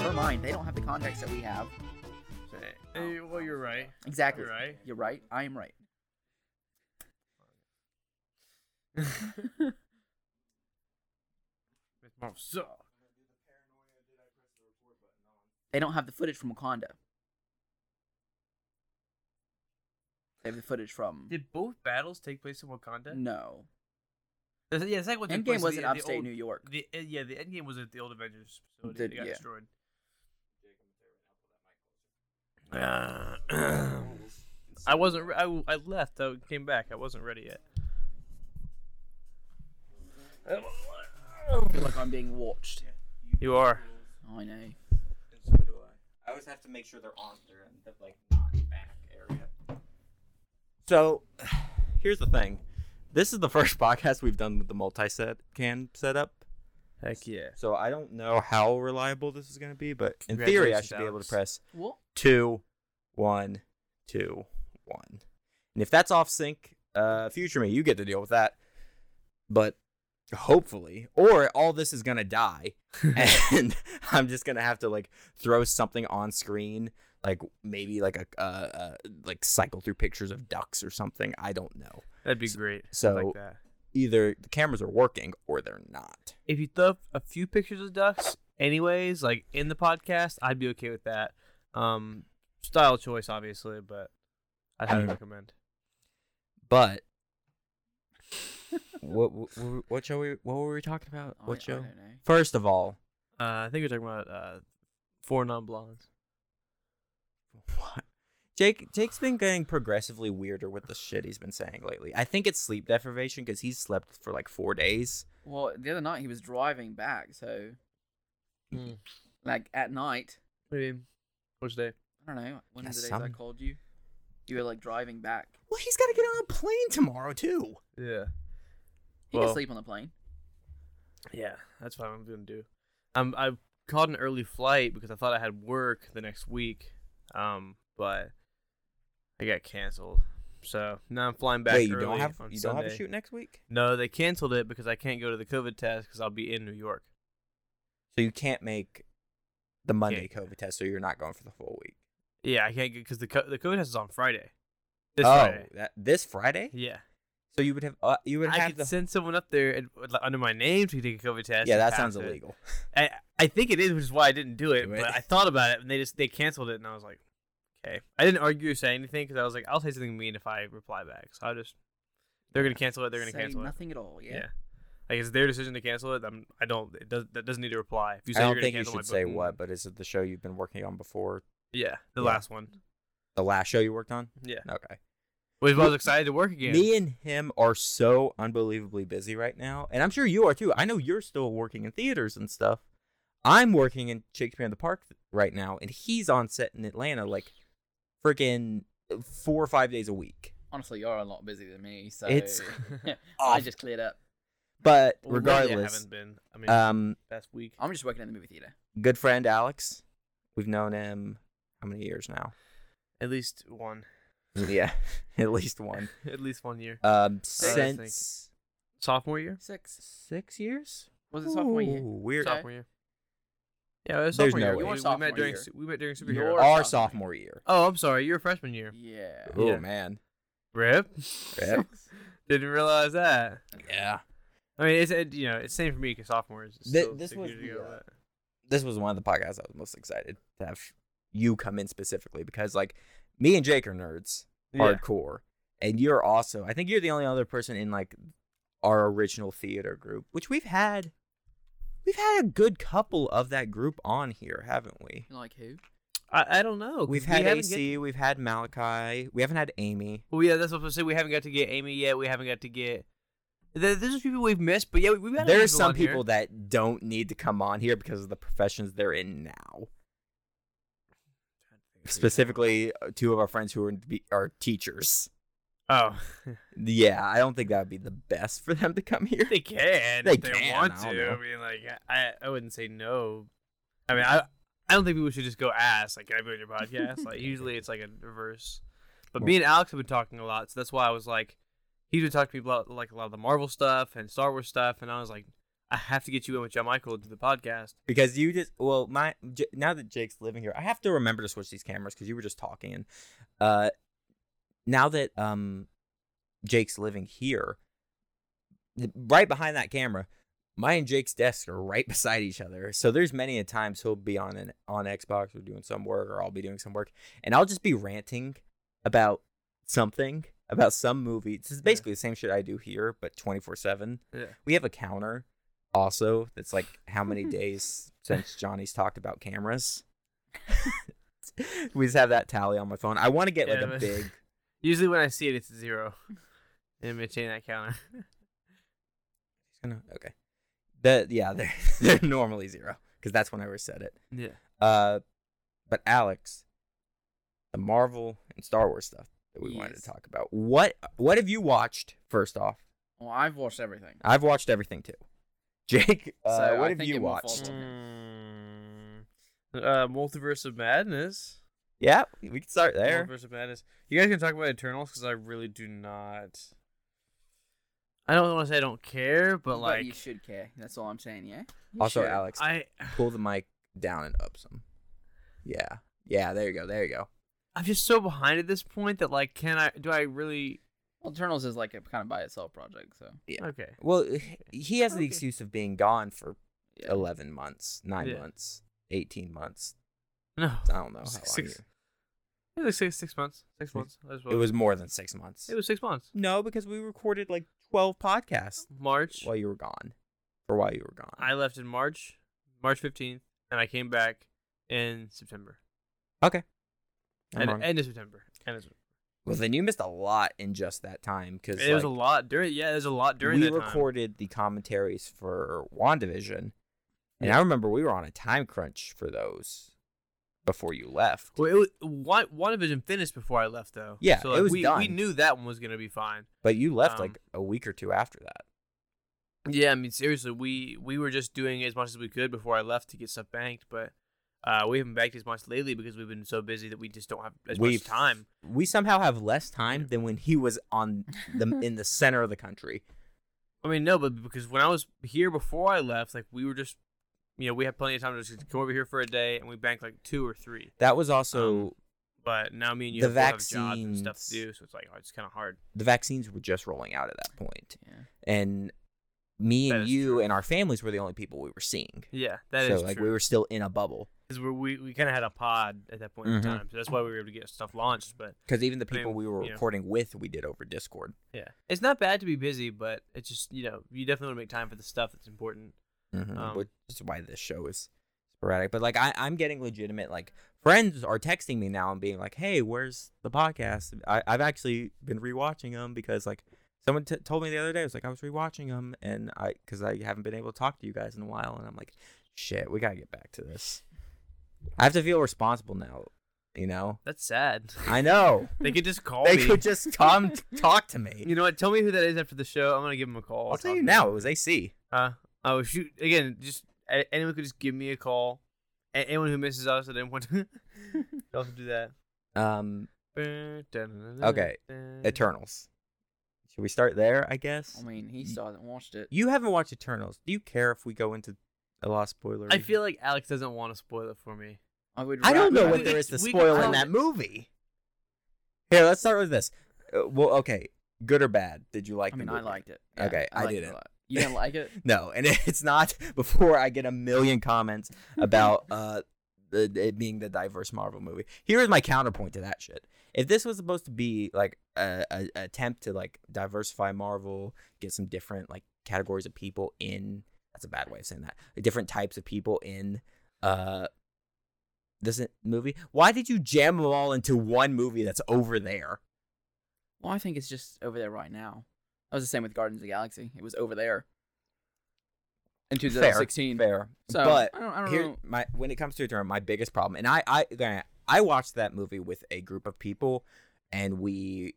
have the context that we have. Eh, Oh. well, you're right. Exactly. You're right. You're right. I am right. So, They don't have the footage from Wakanda. They have the footage from did both battles take place in Wakanda? no. The- Yeah, the second one took Endgame place was the- uh, in the upstate old- New York. The, eh, yeah, the end game was at the old Avengers facility. Did- that got yeah. destroyed. Uh, I wasn't. Re- I, w- I left. I came back. I wasn't ready yet. I feel like I'm being watched. You are. I know. And so do I. I always have to make sure they're on their end, that like not back area. So, here's the thing. This is the first podcast we've done with the multi-set can setup, Heck yeah. so I don't know how reliable this is going to be, but in theory, I Congratulations, should be able to Alex. press What? two, one, two, one. And if that's off sync, uh, future me, you get to deal with that. But hopefully, or all this is gonna die, and I'm just gonna have to like throw something on screen, like maybe like a uh, uh, like cycle through pictures of ducks or something. I don't know. That'd be S- great. so- like that. Either the cameras are working or they're not. if you throw up a few pictures of ducks, anyways, like in the podcast, I'd be okay with that. Um, style choice, obviously, but I'd highly Mhm. recommend. But what, what what show we what were we talking about? I, What I show? don't know. First of all, Uh, I think we're talking about uh, four non-blondes. What? Jake Jake's been getting progressively weirder with the shit he's been saying lately. I think it's sleep deprivation because he's slept for like four days. Well, the other night he was driving back, so Hmm. Mm. like at night, What do you mean? Which day? I don't know. One of That's the days I some- called you, you were like driving back. Well, he's got to get on a plane tomorrow too. Yeah. He Well- can sleep on the plane. Yeah, that's what I'm gonna do. Um, I called an early flight because I thought I had work the next week. Um, but I got canceled. So now I'm flying back. Wait, you early don't have on you don't have a Sunday. shoot next week, No, they canceled it because I can't go to the COVID test because I'll be in New York. so you can't make the Monday COVID test. So you're not going for the full week. Yeah, I can't because the co- the COVID test is on Friday. This oh, Friday. that this Friday. Yeah, So you would have uh, you would I have could the send someone up there and, like, under my name to take a COVID test. yeah. and That pass sounds it. illegal. I, I think it is, which is why I didn't do it. Do it. But I thought about it, and they just they canceled it, and I was like, okay. I didn't argue or say anything because I was like, I'll say something mean if I reply back. So I just they're gonna cancel it. They're gonna Say cancel it. nothing at all. Yeah. Yeah. Like it's their decision to cancel it. I'm, I don't. It does, that doesn't need to reply. If you say I you're gonna don't think you cancel my should say booking- what, but is it the show you've been working on before? Yeah, the Yeah. last one. The last show you worked on? Yeah, Okay. which I was excited to work again. Me and him are so unbelievably busy right now, and I'm sure you are too. I know you're still working in theaters and stuff. I'm working in Shakespeare in the Park right now, and he's on set in Atlanta like freaking four or five days a week. Honestly, you're a lot busier than me, so It's- I just cleared up. But Well, lately I regardless, haven't been. I mean, um, past week. I'm just working at the movie theater. good friend Alex, we've known him how many years now? At least one. yeah, at least one. At least one year. Um, think- since Sophomore year. Six. six years. Was it sophomore Ooh, year? Weird. Okay. Sophomore year. Yeah, it was There's sophomore no year. way. We, Your we sophomore met during year. su- we met during superhero. Your- sophomore Our sophomore year. Oh, I'm sorry. You're a freshman year. Yeah. Oh Yeah. man. Rip. Rip. Didn't realize that. Yeah. I mean, it's it, you know it's same for me because sophomore is Thi- still this six was years the, ago, uh, but- this was one of the podcasts I was most excited to have you come in specifically because like me and Jake are nerds yeah. hardcore, and you're also I think you're the only other person in like our original theater group, which we've had we've had a good couple of that group on here, haven't we? Like who? I, I don't know. 'cause We've we had haven't AC, we've had Malachi, we haven't had Amy. Get, well, yeah, that's what I was gonna say. We haven't got to get Amy yet. We haven't got to get. There, there's just people we've missed, but yeah, we, we've had. There are some people that don't need to come on here because of the professions they're in now. Specifically, uh, two of our friends who are, be- are teachers. Oh, Yeah, I don't think that would be the best for them to come here. they can. They if they can, want I to. don't know. I mean, like I, I wouldn't say no. I mean, I, I don't think people should just go ask like, "Can I be on your podcast?" Like usually it's like a reverse. But me and Alex have been talking a lot, so that's why I was like, he's been talking to me about like a lot of the Marvel stuff and Star Wars stuff, and I was like, I have to get you in with John Michael to do the podcast. because you just well my J- now that Jake's living here, I have to remember to switch these cameras because you were just talking and uh now that um Jake's living here, th- right behind that camera, my and Jake's desks are right beside each other. So there's many a times he'll be on an on Xbox or doing some work or I'll be doing some work and I'll just be ranting about something about some movie. This is basically the same shit I do here, but twenty four seven Yeah. we have a counter also that's like how many days since Johnny's talked about cameras. we just have that tally on my phone. I want to get like Yeah, a but- big uh, Usually when I see it, it's zero. And maintain that counter. okay. The yeah, they're they're normally zero because that's when I reset it. Yeah. Uh, but Alex, the Marvel and Star Wars stuff that we wanted to Yes. talk about. What what have you watched? First off, Well, I've watched everything. I've watched everything too. Jake, uh, So, what I have think you it will fall watched? to- Uh, Multiverse of Madness. Yeah, we can start there. Multiverse of Madness. You guys can talk about Eternals because I really do not. I don't want to say I don't care, but like you should care. That's all I'm saying. Yeah. You Also, should. Alex, I, pull the mic down and up some. Yeah. Yeah, there you go. There you go. I'm just so behind at this point that like, can I? Do I really? Well, Eternals is like a kind of by itself project, so Yeah. Okay. Well, he has the Okay. excuse of being gone for yeah. 11 months, 9 Yeah. months, 18 months. No. I don't know how Six- long. six- It was like six six months. Six months. That's you- what It was more than 6 months. It was six months. no, because we recorded like 12 podcasts March. while you were gone. Or while you were gone. I left in March, March fifteenth, and I came back in September. I'm and wrong. end of September. End of September. well, then you missed a lot in just that time cuz It was a lot during. Yeah, there's a lot during we that time. recorded the commentaries for WandaVision. And I remember we were on a time crunch for those before you left. Well, it was, Wa- WandaVision finished before I left, though. Yeah, so it like, was we, we done. knew that one was gonna be fine. But you left Um, like a week or two after that. Yeah, I mean seriously, we we were just doing as much as we could before I left to get stuff banked, but uh, we haven't banked as much lately because we've been so busy that we just don't have as We've- much time. We somehow have less time than when he was on the in the center of the country. I mean, no, but because when I was here before I left, like we were just, you know, we had plenty of time to just come over here for a day and we banked like two or three. That was also Um, But now me and you The have, both have jobs and stuff vaccines- to do, so it's like oh, it's kind of hard. the vaccines were just rolling out at that point, yeah. and me That and is you true. and our families were the only people we were seeing. Yeah, that is so like true. we were still in a bubble because we we kind of had a pod at that point Mhm. in time, so that's why we were able to get stuff launched. But because even the I mean, people we were you know. recording with we did over Discord. yeah, it's not bad to be busy, but it's just you know you definitely want to make time for the stuff that's important. mm-hmm. Um, which is why this show is sporadic. But like I, I'm getting legitimate like friends are texting me now and being like, "Hey, where's the podcast?" I, I've actually been rewatching them because like someone t- told me the other day, it was like I was rewatching them and I because I haven't been able to talk to you guys in a while, and I'm like, "Shit, we gotta get back to this." I have to feel responsible now, you know. That's sad. I know they could just call they me. could just come t- talk to me. You know what? Tell me who that is after the show. I'm gonna give him a call. I'll tell Talk you to now, him. it was AC. Uh, oh shoot! Again, just a- anyone could just give me a call. A- anyone who misses us at any point, could also do that. Um, Okay. Eternals. Should we start there? I guess. I mean, he still hasn't watched it. You haven't watched Eternals. Do you care if we go into a lot of spoilers? I feel like Alex doesn't want to spoil it for me. I would. I don't ra- know I what would- there is to we- spoil we- in that movie. Here, let's start with this. Uh, well, okay, good or bad? Did you like? I the mean, I movie? liked it. Yeah, Okay, I liked it a didn't. lot. You didn't like it? No, and it's not before I get a million comments about uh the, it being the diverse Marvel movie. Here is my counterpoint to that shit. If this was supposed to be like a, a a attempt to like diversify Marvel, get some different like categories of people in that's a bad way of saying that different types of people in uh this movie. Why did you jam them all into one movie that's over there? Well, I think it's just over there right now. That was the same with Guardians of the Galaxy. It was over there in 2016. Fair, So but I don't, I don't here know. my when it comes to Eternal, my biggest problem, and I I granted, I watched that movie with a group of people, and we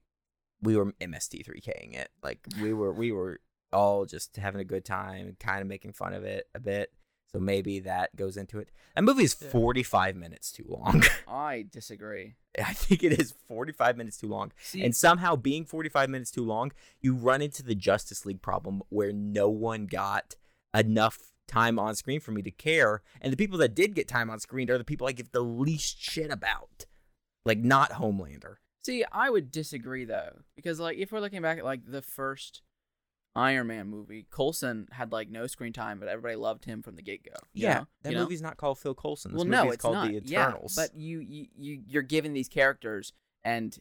we were MST3King it. Like we were we were all just having a good time and kind of making fun of it a bit. So maybe that goes into it. That movie is Yeah. 45 minutes too long. I disagree. I think it is 45 minutes too long. See, And somehow being 45 minutes too long, you run into the Justice League problem where no one got enough time on screen for me to care. And the people that did get time on screen are the people I give the least shit about. Like not Homelander. See, I would disagree though, because like if we're looking back at like the first Iron Man movie, Colson had like no screen time, but everybody loved him from the get go. Yeah, know? that You know? movie's not called Phil Coulson. This well, movie no, is it's called not. The Eternals. Yeah, but you, you you you're given these characters and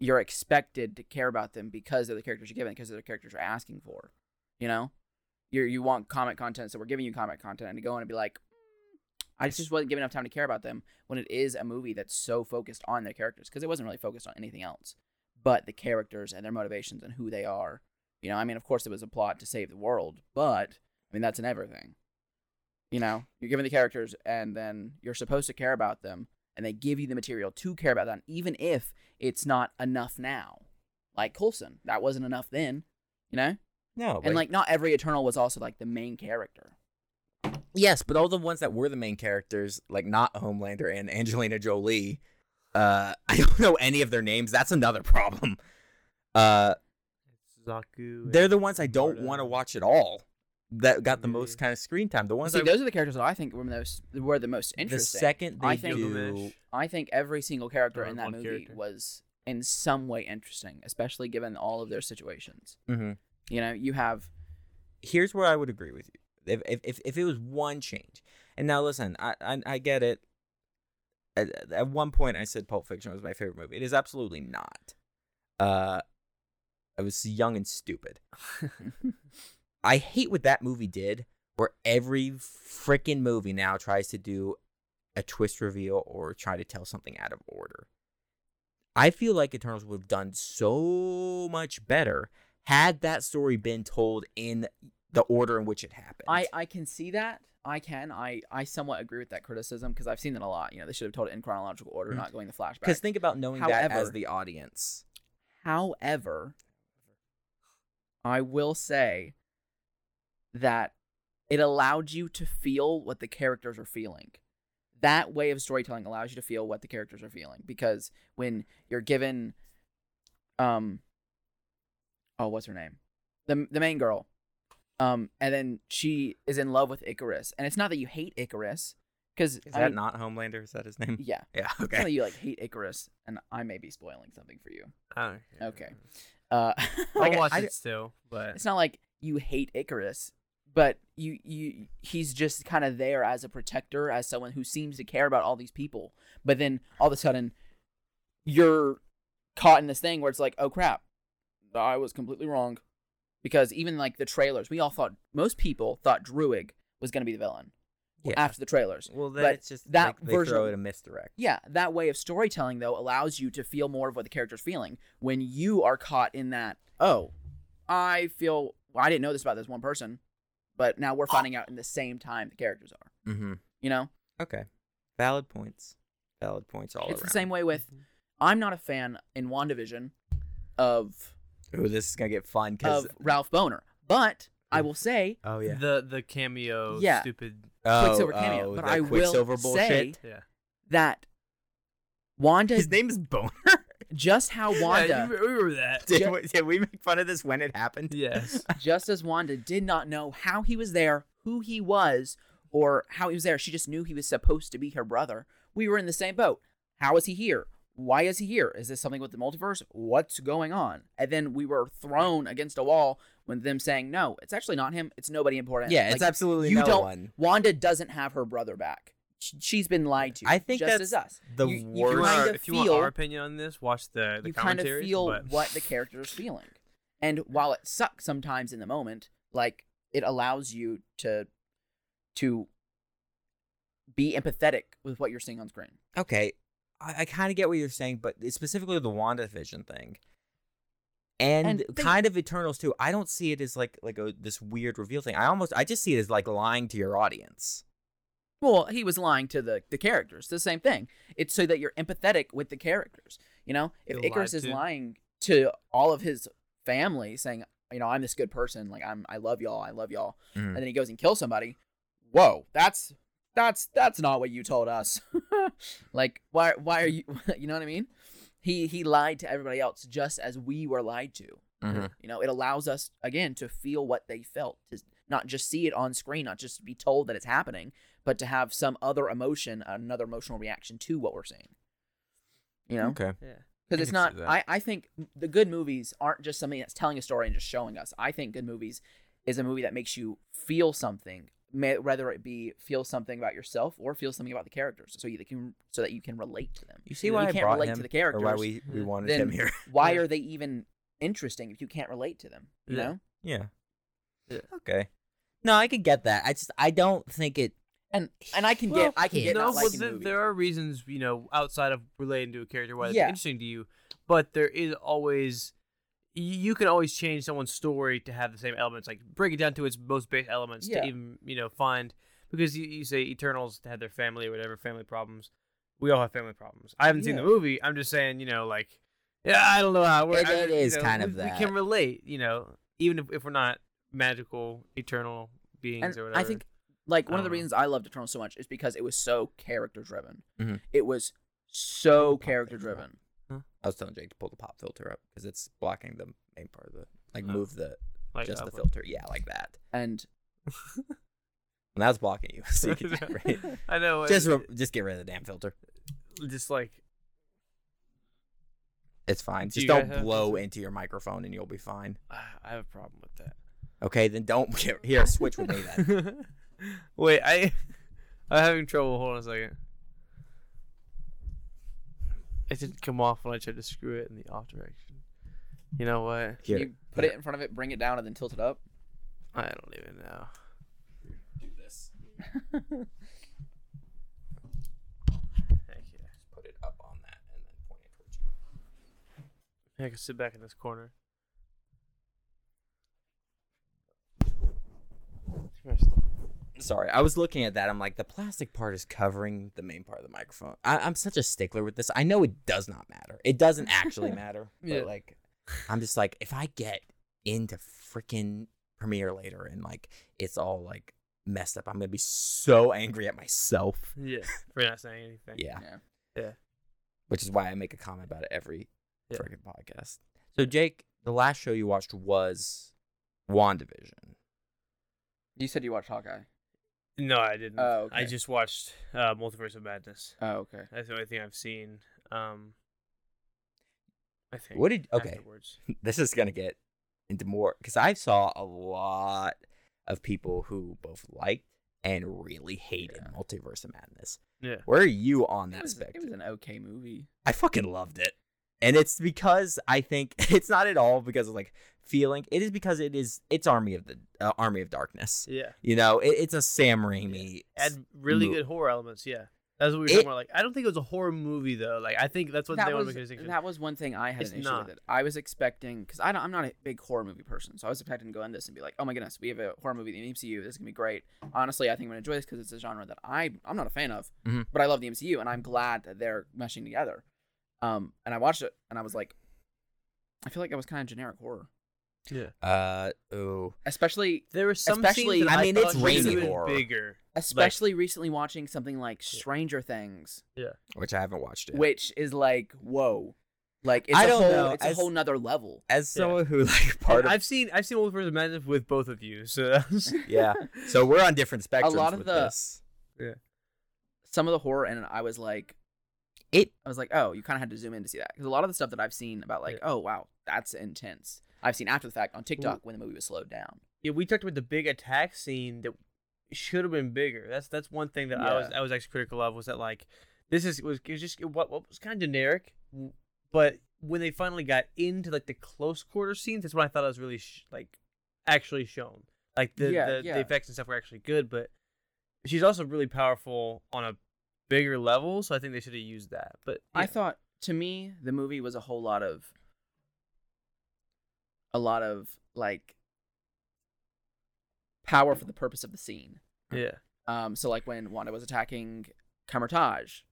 you're expected to care about them because they're the characters you're given, because they're the characters you're asking for. You know, you you want comic content, so we're giving you comic content, and to go in and be like, "Mm, I just wasn't given enough time to care about them when it is a movie that's so focused on their characters because it wasn't really focused on anything else but the characters and their motivations and who they are. You know, I mean, of course, it was a plot to save the world, but I mean, that's in everything. You know, you're given the characters and then you're supposed to care about them, and they give you the material to care about them, even if it's not enough now. Like Coulson, that wasn't enough then, you know? no, and like, not every Eternal was also like the main character. Yes, but all the ones that were the main characters, like not Homelander and Angelina Jolie, uh, I don't know any of their names. That's another problem. Uh, Zaku. they're and the ones I don't Florida. want to watch at all. That got the most kind of screen time. The ones Mm-hmm. See, I, those are the characters that I think were the most, were the most the interesting. second they I think- do, I think every single character Or in that one movie character. was in some way interesting, especially given all of their situations. Mhm. You know, you have here's where I would agree with you. If if if, if it was one change, and now listen, I I, I get it. At, at one point, I said Pulp Fiction was my favorite movie. It is absolutely not. Uh, I was young and stupid. I hate what that movie did, where every freaking movie now tries to do a twist reveal or try to tell something out of order. I feel like Eternals would have done so much better had that story been told in the order in which it happened. I, I can see that. I can. I, I somewhat agree with that criticism because I've seen that a lot. You know, they should have told it in chronological order, Mm. not going the flashback. because think about knowing that as However- the audience. However, I will say that it allowed you to feel what the characters are feeling. That way of storytelling allows you to feel what the characters are feeling because when you're given, um, oh, what's her name, the the main girl, um, and then she is in love with Icarus, and it's not that you hate Icarus, because Is that not Homelander? Is that his name? yeah, Yeah. it's not Okay. that you like hate Icarus, and I may be spoiling something for you. I don't care. Okay. Uh, I'll like, watch I- it still, but it's not like you hate Icarus, but you you he's just kind of there as a protector, as someone who seems to care about all these people. But then all of a sudden, you're caught in this thing where it's like, oh crap, I was completely wrong, because even like the trailers, we all thought most people thought Druig was gonna be the villain Yeah. after the trailers. well, then but it's just that like, they version throw of- it a misdirect. Yeah, that way of storytelling though allows you to feel more of what the character's feeling when you are caught in that. Oh, I feel well, I didn't know this about this one person, but now we're Ah. finding out in the same time the characters are. Mm-hmm. You know, Okay. Valid points. Valid points all it's around. the same way with. I'm not a fan in Wandavision of Oh, this is gonna get fun because of Ralph Boner, but I will say oh the the cameo, Yeah. stupid, oh, Quicksilver cameo, oh, but the I will Quicksilver say- bullshit. yeah. that Wanda His name is Boner. just how Wanda Yeah, you re- remember that? did, Ju- we, did we make fun of this when it happened? Yes. just as Wanda did not know how he was there, who he was, or how he was there, she just knew he was supposed to be her brother. We were in the same boat. How is he here? Why is he here? Is this something with the multiverse? What's going on? And then we were thrown against a wall when them saying, no, it's actually not him. It's nobody important. Yeah, Like, it's absolutely you no don't- one. Wanda doesn't have her brother back. Sh- She's been lied to. I think just that's as us. The You- you If you, worst. want our, kinda if you want our feel- opinion on this, watch the the you kind of commentary. feel but what the character is feeling. And while it sucks sometimes in the moment, like it allows you to to be empathetic with what you're seeing on screen. okay, I, I kind of get what you're saying, but it's specifically the WandaVision thing. And, And they- kind of Eternals too. I don't see it as like like a this weird reveal thing. I almost I just see it as like lying to your audience. Well, he was lying to the the characters. The same thing. It's so that you're empathetic with the characters. You know, if He lied Icarus is to- lying to all of his family, saying, you know, I'm this good person, like I'm, I love y'all, I love y'all, Mhm. Mm-hmm. and then he goes and kills somebody. Whoa, that's that's that's not what you told us. like, why why are you? You know what I mean? He he lied to everybody else Mm-hmm. just as we were lied to. You know, it allows us again to feel what they felt, to not just see it on screen, not just be told that it's happening, but to have some other emotion, another emotional reaction to what we're seeing. You know, Okay. Yeah. because I it's can not. see that. I I think the good movies aren't just something that's telling a story and just showing us. I think good movies is a movie that makes you feel something, ma- whether it be feel something about yourself or feel something about the characters, so you can so that you can relate to them. You see You why I can't brought relate to him, the or why characters, we, we Mhm. wanted then him here? Why Yeah. are they even interesting if you can't relate to them? You Yeah. know. yeah. Yeah. Okay. No, I could get that. I just I don't think it. and and I can Well, get I can get no, not but liking there, movies. there are reasons you know outside of relating to a character why it's Yeah. interesting to you, but there is always y- you can always change someone's story to have the same elements, like break it down to its most base elements Yeah. to even you know find because you, you say Eternals had their family or whatever family problems. We all have family problems. I haven't seen the Yeah. movie. I'm just saying you know like yeah I don't know how it works. It- I- it you is know, kind we- of we that. can relate you know even if, if we're not magical eternal and beings or whatever. I think like I one of the don't know. reasons I loved Eternal so much is because it was so character driven. Mhm. It was so character driven. I was telling Jake to pull the pop filter up because it's blocking the main part of the like Oh. move the like, just uh, the filter. Yeah, like that. And And that's blocking you. So you can, right? I know. Just it- re- just get rid of the damn filter. just like It's fine. Do Just you guys don't have blow into your microphone and you'll be fine. ah, I have a problem with that. Okay, then don't get, here switch with me then. Wait, I I'm having trouble. Hold on a second. It didn't come off when I tried to screw it in the off direction. You know what? Here, you put it in front of it, bring it down, and then tilt it up. I don't even know. do this. Heck yeah. Just put it up on that and then point it towards you. I can sit back in this corner. Sorry, I was looking at that. I'm like, the plastic part is covering the main part of the microphone. I, I'm such a stickler with this. I know it does not matter. It doesn't actually matter. Yeah. But like, I'm just like, if I get into freaking Premiere later and like it's all like messed up, I'm gonna be so angry at myself. Yeah, for not saying anything. Yeah. Yeah. Yeah. Which is why I make a comment about it every Yeah. freaking podcast. So Jake, the last show you watched was WandaVision. You said you watched Hawkeye. No, I didn't. Oh, I okay. just watched uh, Multiverse of Madness. Oh, okay. That's the only thing I've seen. Um, I think. What did okay? Afterwards. this is gonna get into more because I saw a lot of people who both liked and really hated Yeah. Multiverse of Madness. Yeah. Where are you on It that was, it spectrum? was an okay movie. I fucking loved it. And it's because I think it's not at all because of like feeling. It is because it is it's Army of the uh, Army of Darkness. Yeah. You know, it, it's a Sam Raimi. Had really mo- good horror elements. Yeah. That's what we were It- talking about. Like, I don't think it was a horror movie though. Like, I think that's what that they were was making a distinction. that was one thing I had It's an issue not. with it. I was expecting because I don't, I'm not a big horror movie person, so I was expecting to go in this and be like, "Oh my goodness, we have a horror movie in the MCU. This is gonna be great." Honestly, I think I'm gonna enjoy this because it's a genre that I I'm not a fan of, Mhm. but I love the MCU and I'm glad that they're meshing together. Um, and I watched it and I was like, I feel like that was kind of generic horror, Uh oh. especially There were some Especially- scenes that I mean, it's thought should've rainy been horror. Bigger. especially recently watching something like Stranger Things, Which I haven't watched it. which is like, whoa, like it's I a don't whole know, it's a as- whole nother level. As Yeah. someone who like part Part of I've seen I've seen Wolverine of Madness with both of you. So that's yeah. So we're on different spectrums. lot of with the- this. Some of the horror in it, I was like, it I was like, oh, you kind of had to zoom in to see that because a lot of the stuff that I've seen about like, oh wow, that's intense. I've seen after the fact on TikTok when the movie was slowed down. yeah, we talked about the big attack scene that should have been bigger. That's that's one thing that I was I was actually critical of was that like this is was, it was just what what was kind of generic, w- but when they finally got into like the close quarter scenes, that's when I thought it was really sh- like actually shown. Like the Yeah, the, yeah. the effects and stuff were actually good, but she's also really powerful on a bigger level, so I think they should have used that. But I yeah. thought to me the movie was a whole lot of a lot of like power for the purpose of the scene. yeah. Um, so like when Wanda was attacking Kamertage,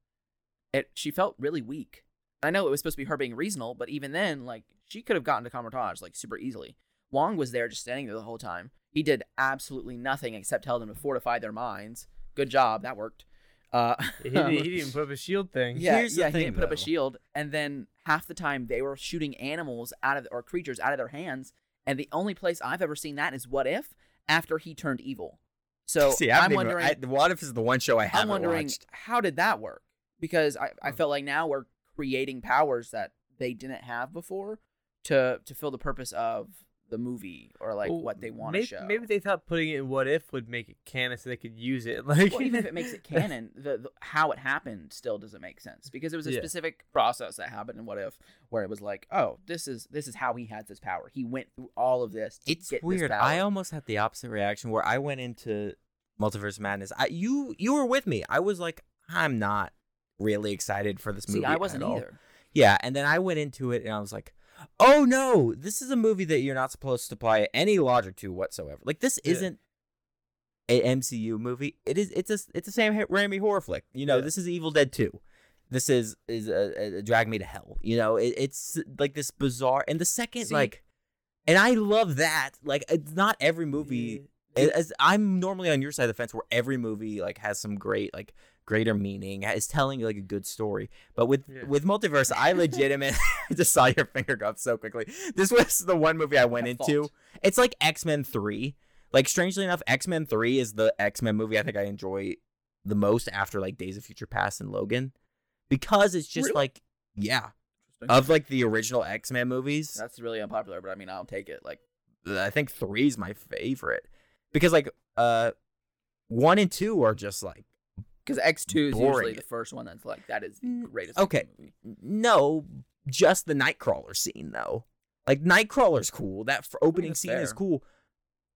it she felt really weak. I know it was supposed to be her being reasonable, but even then, like she could have gotten to Kamertage like super easily. Wong was there just standing there the whole time. He did absolutely nothing except tell them to fortify their minds. Good job, that worked. Uh, He, didn't- he didn't even put up a shield thing. yeah, Here's the yeah, thing, he didn't put up though. a shield, and then half the time they were shooting animals out of or creatures out of their hands, and the only place I've ever seen that is What If, after he turned evil. So See, I I'm am wondering. wondering. I, what if it's the one show I I'm haven't wondering watched? how did that work? Because I, Hmm. I felt like now we're creating powers that they didn't have before to to fill the purpose of the movie or like Well, what they want maybe, to show. Maybe they thought putting it in what if would make it canon so they could use it. Like well, even if it makes it canon, the, the how it happened still doesn't make sense because it was a Yeah. specific process that happened in What If, where it was like, oh, this is this is how he had this power. He went through all of this. To It's get This weird. power. I almost had the opposite reaction where I went into Multiverse Madness. I, you you were with me. I was like, I'm not really excited for this movie. see. I at wasn't all. either. Yeah, and then I went into it and I was like, "Oh no, this is a movie that you're not supposed to apply any logic to whatsoever. Like this Yeah. isn't a MCU movie. It is. It's a. It's a Sam Ha- Raimi horror flick. You know, Yeah. this is Evil Dead Two. This is is a, a drag me to hell. You know, it, it's like this bizarre. And the second See- like, and I love that. Like, it's not every movie. It- as I'm normally on your side of the fence, where every movie like has some great like greater meaning, is telling like a good story. But with Yeah. with multiverse, I legitimate I just saw your finger go up so quickly. This was the one movie I went My into. fault. It's like X Men Three. Like strangely enough, X Men Three is the X Men movie I think I enjoy the most after like Days of Future Past and Logan, because it's just Really? like yeah of like the original X Men movies. That's really unpopular, but I mean, I'll take it. Like, I think three is my favorite because like uh one and two are just like because X two is usually Boring. the first one that's like that is the Mm, greatest. okay. X-Men movie. no just the Nightcrawler scene though like Nightcrawler's cool that f- opening that's scene is fair. cool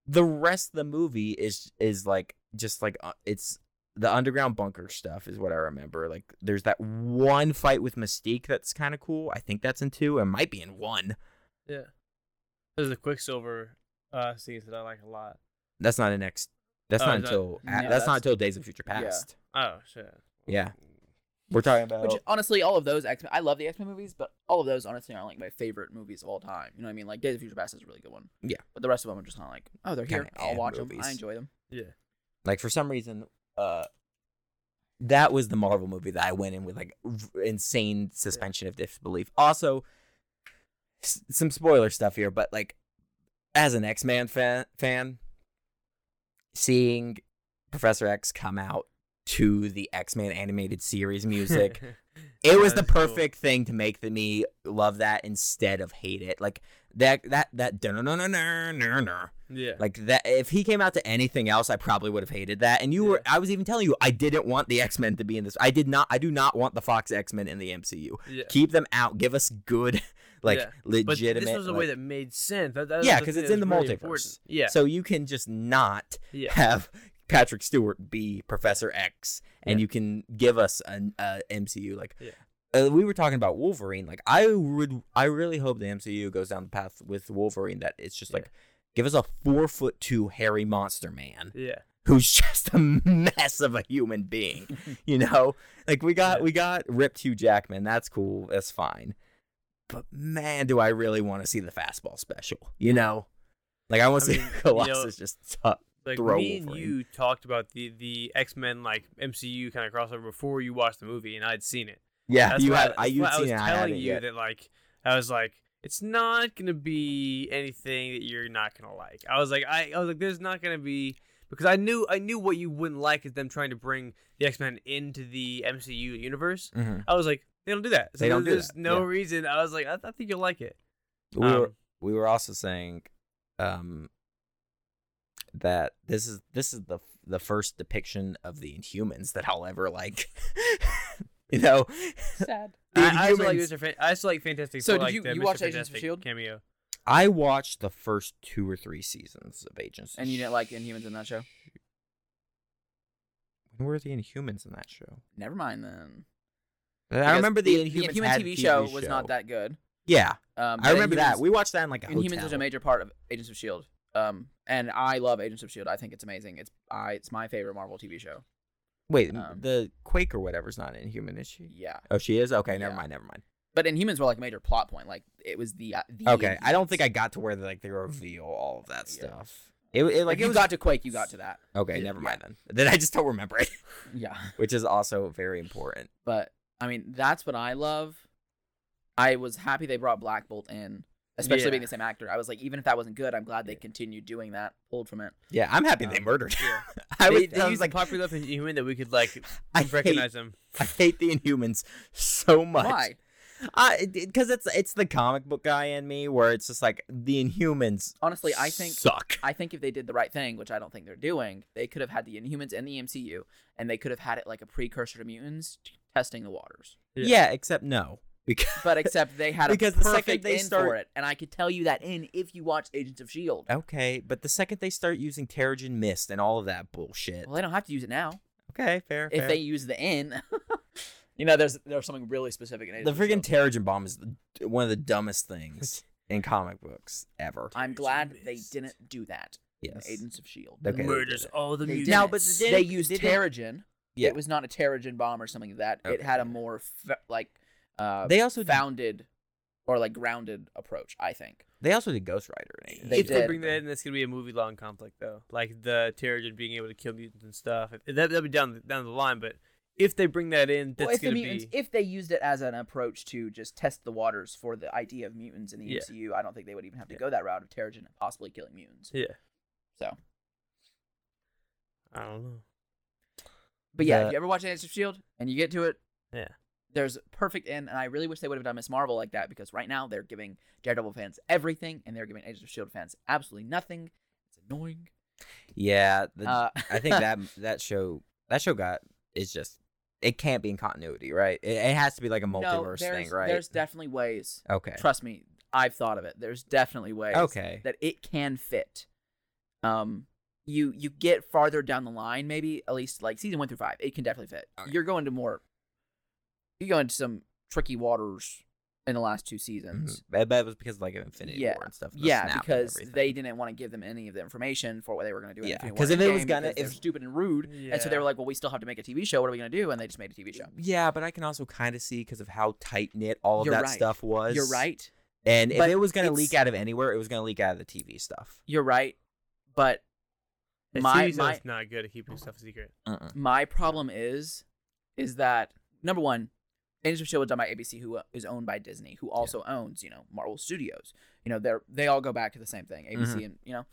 the rest of the movie is is like just like uh, it's the underground bunker stuff is what I remember like there's that one fight with Mystique that's kind of cool I think that's in two it might be in one yeah. There's a Quicksilver uh, scenes that I like a lot. that's not in next that's Oh, not is that- until No, that's, not that's- until Days of Future Yeah. Past Oh shit. Yeah. we're talking about Which honestly, all of those X Men, I love the X Men movies, but all of those honestly aren't like my favorite movies of all time. You know what I mean? Like Days of Future Past is a really good one. Yeah. But the rest of them are just kind of like, oh, they're here. Kinda I'll eh watch them. I movies. enjoy them. Yeah. like for some reason uh that was the marvel movie that i went in with like v- insane suspension of disbelief also s- some spoiler stuff here but like as an x-man fan fan seeing professor x come out to the x-men animated series music it was the That's cool. perfect thing to make the, me love that instead of hate it like that that that no no no no no no Yeah. like that, if he came out to anything else, I probably would have hated that. And you were, I was even telling you, I didn't want the X Men to be in this. I did not, I do not want the Fox X Men in the MCU. yeah. Keep them out. Give us good, like Yeah. But legitimate. this was a way like- that made sense. That, that Yeah, was 'cause thing it's that in was the really multiverse. important. Yeah. So you can just not yeah. have Patrick Stewart be Professor X, and you can give us an uh, MCU like. Yeah. Uh, we were talking about Wolverine. Like, I would, I really hope the MCU goes down the path with Wolverine that it's just Yeah. like, give us a four foot two hairy monster man Yeah. who's just a mess of a human being. You know, like we got Yeah. we got ripped Hugh Jackman. That's cool. That's fine. But man, do I really want to see the fastball special? You know, like I want I to see mean, you know- Colossus just tuck. Like Throw me and Wolverine. you talked about the the X Men like MCU kind of crossover before you watched the movie, and I'd seen it. Yeah, That's you why- had. that's I you why I was seen it. I telling hadn't you yet. that like I was like it's not gonna be anything that you're not gonna like. I was like I, I was like there's not gonna be because I knew I knew what you wouldn't like is them trying to bring the X Men into the MCU universe. Mhm. I was like they don't do that. So They don't do there's that, no yeah. reason. I was like I, I think you'll like it. We Um, were we were also saying, um, that this is this is the the first depiction of the Inhumans that I'll ever like. you know, Sad. The I, I, still like Inhumans- Mr. Fan- I still like Fantastic. So Four, did like you- the you Mr. watched Agents of Fantastic S.H.I.E.L.D.? cameo? I watched the first two or three seasons of Agents. of And you didn't like S.H.I.E.L.D.. Inhumans in that show? When were the Inhumans in that show? Never mind then. I Because remember the, Inhumans Inhuman had TV show was not that good. Yeah, Um, I but remember that. Inhumans- We watched that in like a Inhumans hotel. was a major part of Agents of Shield. Um, and I love Agents of Shield. I think it's amazing. It's I it's my favorite Marvel TV show. Wait, um, the Quake or whatever's not Inhuman, is she? Yeah, Oh, she is. Okay, never Yeah. mind. Never mind. but Inhumans were like a major plot point. Like it was the, uh, the Okay, I don't think Inhumans. I got to where they, like they reveal all of that Yeah. stuff. It, it like like you it was, got to Quake. You got to that. okay. yeah, never yeah. mind then. Then I just don't remember it, Yeah. which is also very important. but I mean that's what I love. I was happy they brought Black Bolt in especially Yeah. being the same actor. I was like, even if that wasn't good, I'm glad they continued doing that, pulled from it. Yeah, I'm happy they Um, murdered. yeah. I they, was, they I used was the like, popular up in human that we could like I hate, recognize them. I hate the Inhumans so much. Why? Because it's it's the comic book guy in me where it's just like the Inhumans. Honestly, I think suck. I think if they did the right thing, which I don't think they're doing, they could have had the Inhumans and the E MCU, and they could have had it like a precursor to mutants t- testing the waters. Yeah. Yeah. except no, because But except they had Because a the perfect second they end for start- it, and I could tell you that in if you watched Agents of Shield. okay, but the second they start using Terrigen Mist and all of that bullshit, Well, they don't have to use it now. okay, fair. If fair. they use the N, you know, there's there's something really specific in the Agents of freaking Shield. Terrigen bomb is the, one of the dumbest things in comic books ever. I'm Agents glad they missed. didn't do that Yes. in Agents of Shield. Okay. Mur- Murders all the They mutants. did. Now, but They, did- used did it- Terrigen. Yeah. It was not a Terrigen bomb or something like that. It Okay. had a more fe- like uh, They also did, founded or like grounded approach. I think. they also did Ghost Rider. In Agents. They if did. they bring that in, that's gonna be a movie long conflict though. Like the Terrigen being able to kill mutants and stuff. If- That that'll be down down the line, but if they bring that in, that's well, if the gonna mutants, be if they used it as an approach to just test the waters for the idea of mutants in the Yeah. MCU, I don't think they would even have to Yeah. go that route of Terrigen and possibly killing mutants. yeah. So, I don't know. but yeah, The- if you ever watch Agents of Shield E and you get to it, Yeah. there's a perfect end, and I really wish they would have done Miss Marvel like that because right now they're giving Daredevil fans everything, and they're giving Agents of Shield E fans absolutely nothing. It's annoying. Yeah, the, Uh, I think that that show that show got is just it can't be in continuity, right? It, it has to be like a no, multiverse there's, thing, right? There's definitely ways. okay, Trust me, I've thought of it. There's definitely ways. okay, that it can fit. Um, you you get farther down the line, maybe at least like season one through five, it can definitely fit. Okay. You're going to more, you go into some tricky waters in the last two Mhm. seasons. That, that was because of like of Infinity Mm-hmm. Yeah, War and stuff. and the Yeah, snap and because everything. they didn't want to give them any of the information for what they were going to do. in Yeah, Infinity War 'cause if it was Endgame gonna- because they're if- stupid and rude, and so they Yeah. were like, "Well, we still have to make a TV show. What are we going to do?" And they just made a TV show. Yeah, but I can also kind of see because of how tight knit all of You're that right. stuff was. You're right. And if But it was gonna leak it's- out of anywhere, it was gonna leak out of the TV stuff. You're right. But It's my series my is not good at keeping stuff secret. Mm-mm. my problem is is that number one Agents of Shield was done by ABC, who is owned by Disney, who also owns, you know, Marvel Studios. You know, they're they all go back to the same thing, ABC, Mm-hmm. and you know,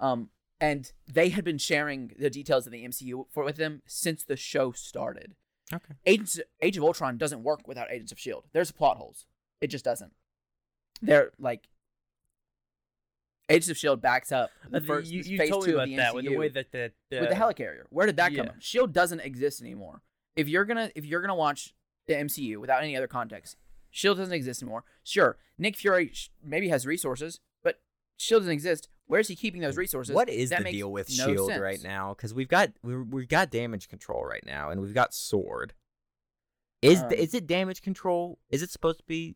um, and they had been sharing the details of the MCU for with them since the show started. Okay. Agents Age of Ultron doesn't work without Agents of Shield. E There's plot holes. It just doesn't. They're like Agents of Shield E backs up the first you you phase told me two about of the that MCU with the way that the, the with the helicarrier. Where did that come yeah. from? Shield doesn't exist anymore. If you're gonna if you're gonna watch the MCU without any other context, Shield doesn't exist anymore. Sure, Nick Fury sh- maybe has resources, but Shield doesn't exist. Where's he keeping those resources? What is That the makes deal with no Shield sense. E right now? Because we've got we we've got damage control right now, and we've got Sword. Is Um, the, is it damage control? Is it supposed to be?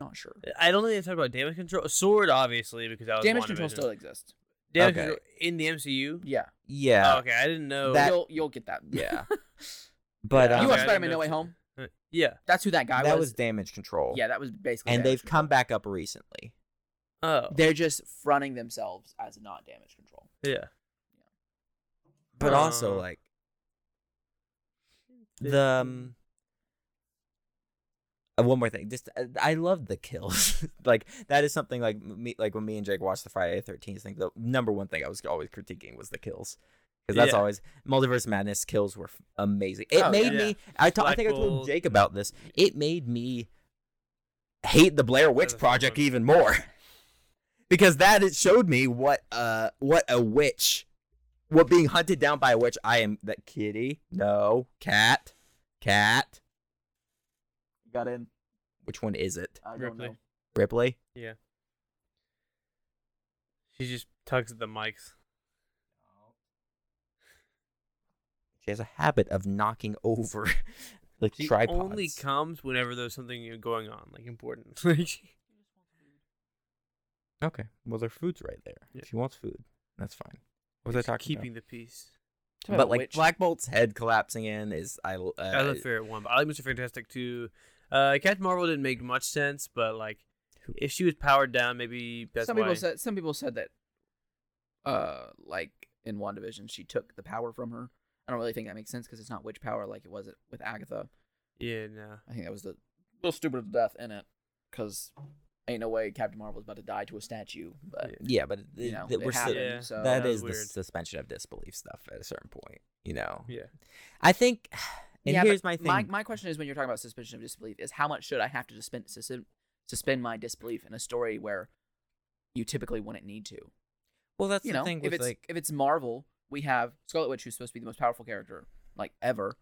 Not sure. I don't think they talked about damage control. Sword, obviously, because that was Damage WandaVision. control still exists. damage Okay. control in the MCU. Yeah, Yeah, Oh, okay, I didn't know. That- you'll you'll get that. yeah. But Yeah, you watched okay, I um, didn't Spider-Man: No know Way if- Home. Uh, yeah. That's who that guy that was, damage control. yeah, that was basically. and damage they've come back up recently. Oh. control. They're just fronting themselves as not damage control. Yeah. But also Uh, like the um, uh, one more thing. Just uh, I love the kills. like that is something like me like when me and Jake watched the Friday the Thirteenth thing. The number one thing I was always critiquing was the kills. Because that's Yeah. always Multiverse Madness kills were f- amazing. It Oh, made yeah. me. I ta- I Black think I told Bolt. Jake about this. It made me hate the Blair That's Witch a fun Project one. even more. because that it showed me what uh what a witch what being hunted down by a witch I am that kitty no cat cat Got in. which one is it I don't Ripley. know. Ripley She just tugs at the mics. she has a habit of knocking over like She tripods only comes whenever there's something going on, like important. Like, okay well their food's right there Yeah. she wants food that's fine what was just I talking Keeping the peace. Talking about about but like witch. Black Bolt's head collapsing in is I uh, I love favorite one, but I like Mr. Fantastic too. Uh, Captain Marvel didn't make much sense, but like, Who- if she was powered down, maybe that's some why. people said some people said that uh like in WandaVision she took the power from her. I don't really think that makes sense because it's not witch power like it was with Agatha. yeah, no. I think that was the little stupid of death in it because Ain't no way Captain Marvel's about to die to a statue, but Yeah, but you it- know, it- it we're still, happened. Yeah. So uh, that Oh, That was is the weird. suspension of disbelief stuff at a certain point. You know, Yeah. I think, and Yeah, but here's my thing. my my question is when you're talking about suspension of disbelief is how much should I have to suspend suspend, suspend my disbelief in a story where you typically wouldn't need to. well, that's you the know, thing if with it's like, if it's Marvel, we have Scarlet Witch, who's supposed to be the most powerful character like ever,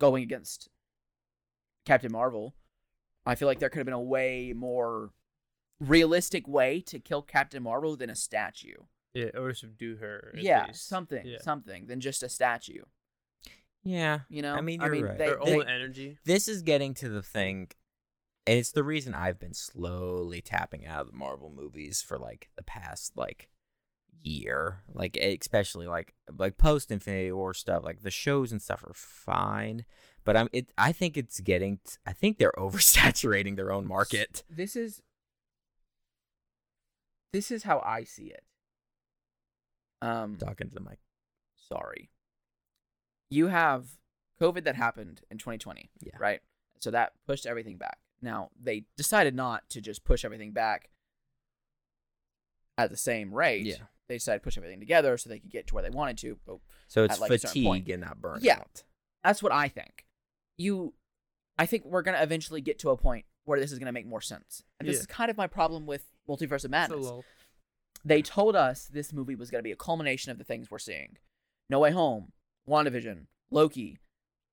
going against Captain Marvel. I feel like there could have been a way more realistic way to kill Captain Marvel than a statue. Yeah, or subdue her. at yeah, least. something, Yeah. something than just a statue. yeah, You know, I mean, you're right. they- Her they- own energy. this is getting to the thing, and it's the reason I've been slowly tapping out of the Marvel movies for like the past like year, like especially like like post Infinity War stuff, like the shows and stuff are fine, but I'm it. I think it's getting. t- I think they're oversaturating their own market. this is this is how I see it. Um, Talking to the mic. sorry. You have COVID that happened in 2020, Yeah. right? So that pushed everything back. Now, they decided not to just push everything back at the same rate. Yeah. They decided to push everything together so they could get to where they wanted to. But So it's at, like, a certain point. fatigue and not burnout. Yeah. that's what I think. You I think we're going to eventually get to a point where this is going to make more sense. And this Yeah. is kind of my problem with Multiverse of Madness. It's a lull. they told us this movie was going to be a culmination of the things we're seeing. No Way Home, WandaVision, Loki.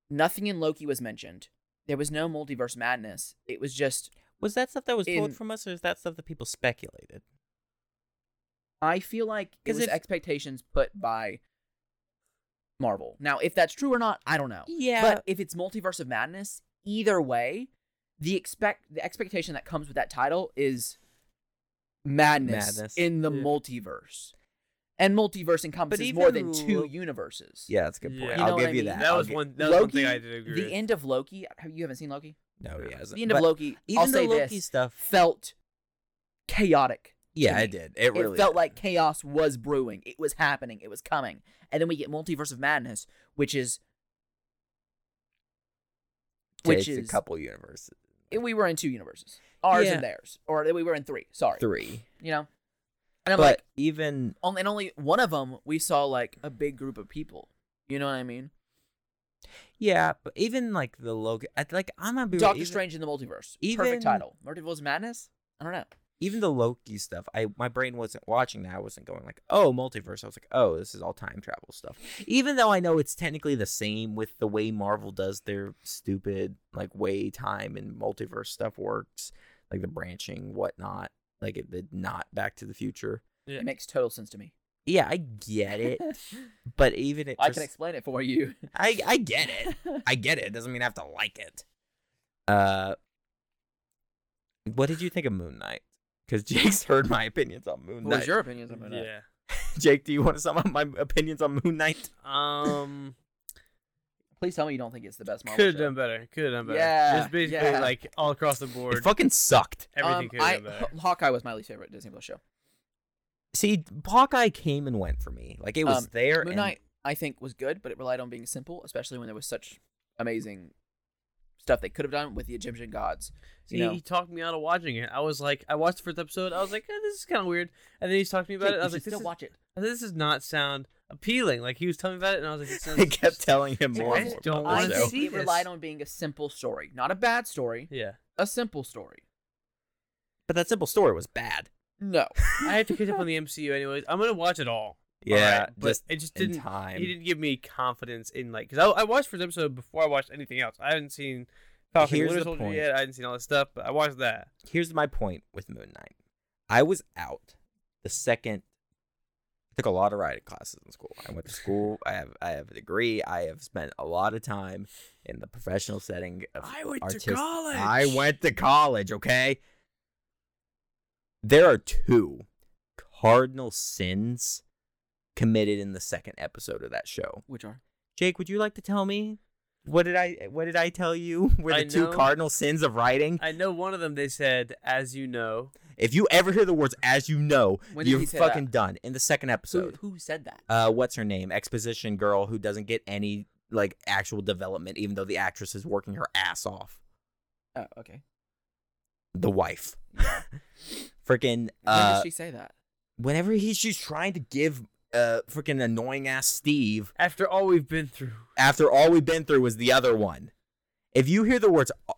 Nothing in Loki was mentioned. There was no multiverse madness. It was just, Was that stuff that was In- pulled from us, or is that stuff that people speculated? I feel like it 'Cause was if- expectations put by Marvel. Now, if that's true or not, I don't know. Yeah, But if it's multiverse of madness, either way, the expect the expectation that comes with that title is madness, Madness. in the Yeah. multiverse. And multiverse encompasses more than even two Lo- universes. yeah, that's a good point. Yeah. You know I'll what give I you mean? that. That I'll was gi- one. That was one Loki, thing I did agree. with. the end of Loki. Have you haven't seen Loki? No, he hasn't. The end of But Loki. Even I'll the say Loki this stuff. felt chaotic. Yeah, me. I did. It It, really felt did. like chaos was brewing. It was happening. It was coming. And then we get Multiverse of Madness, which is which takes a is- couple universes. and we were in two universes, ours Yeah. and theirs, or we were in three. Sorry, Three. You know, and I'm but like, even only and only one of them we saw like a big group of people. You know what I mean? yeah, but even like the Loki, I- like I'm gonna be real, Doctor even, Strange in the Multiverse. even- Perfect title. Multiverse of Madness. I don't know. even the Loki stuff. I my brain wasn't watching that. I wasn't going like, oh, multiverse. I was like, oh, this is all time travel stuff. Even though I know it's technically the same with the way Marvel does their stupid like way time and multiverse stuff works, like the branching whatnot, like it did not Back to the Future. Yeah. It makes total sense to me. Yeah, I get it, but even it, I just- can explain it for you. I I get it. I get it. It doesn't mean I have to like it. Uh, what did you think of Moon Knight? Because Jake's heard my opinions on Moon What Knight. was your opinions on that? yeah. Jake, do you want some of my opinions on Moon Knight? Um. Please tell me you don't think it's the best Marvel Could have show. done better. Could have done better. Yeah, Just basically yeah. like all across the It board. fucking sucked. everything Um, could have I- been better. Hawkeye was my least favorite Disney Plus show. See, Hawkeye came and went for me. Like it was Um, there. Moon and- Knight, I think, was good, but it relied on being simple, especially when there was such amazing stuff they could have done with the Egyptian gods. See, You know, he talked me out of watching it. I was like, I watched the first episode. I was like, eh, this is kind of weird. And then he's talking to me about Jake, it. I you was should like, this still is, watch it. this does not sound appealing. Like he was telling me about it, and I was like, it sounds. It kept telling him Like, more. I and just more don't about wanna I the so- think show. see it this. relied on being a simple story, not a bad story, yeah. a simple story. But that simple story was bad. No, I have to catch up on the MCU anyways. I'm gonna watch it all. Yeah, Alright, but just it just in didn't. time. He didn't give me confidence in like because I, I watched first episode before I watched anything else. I hadn't seen Falcon and Here's Winter the Soldier point. yet. I hadn't seen all this stuff, but I watched that. here's my point with Moon Knight. I was out the second. I took a lot of writing classes in school. I went to school. I have I have a degree. I have spent a lot of time in the professional setting of went artistic- I went to college. Okay. There are two cardinal sins committed in the second episode of that show. which are Jake, would you like to tell me what did I what did I tell you were the I two know- cardinal sins of writing? I know one of them. They said, as you know, If you ever hear the words "as you know," When did you're he say fucking done. In the second who, episode, who said that? uh, what's her name? Exposition girl who doesn't get any like actual development, even though the actress is working her ass off. Oh, okay. the wife. freaking When uh did she say that? whenever he she's trying to give uh freaking annoying ass Steve After all we've been through. after all we've been through was the other one. If you hear the words uh,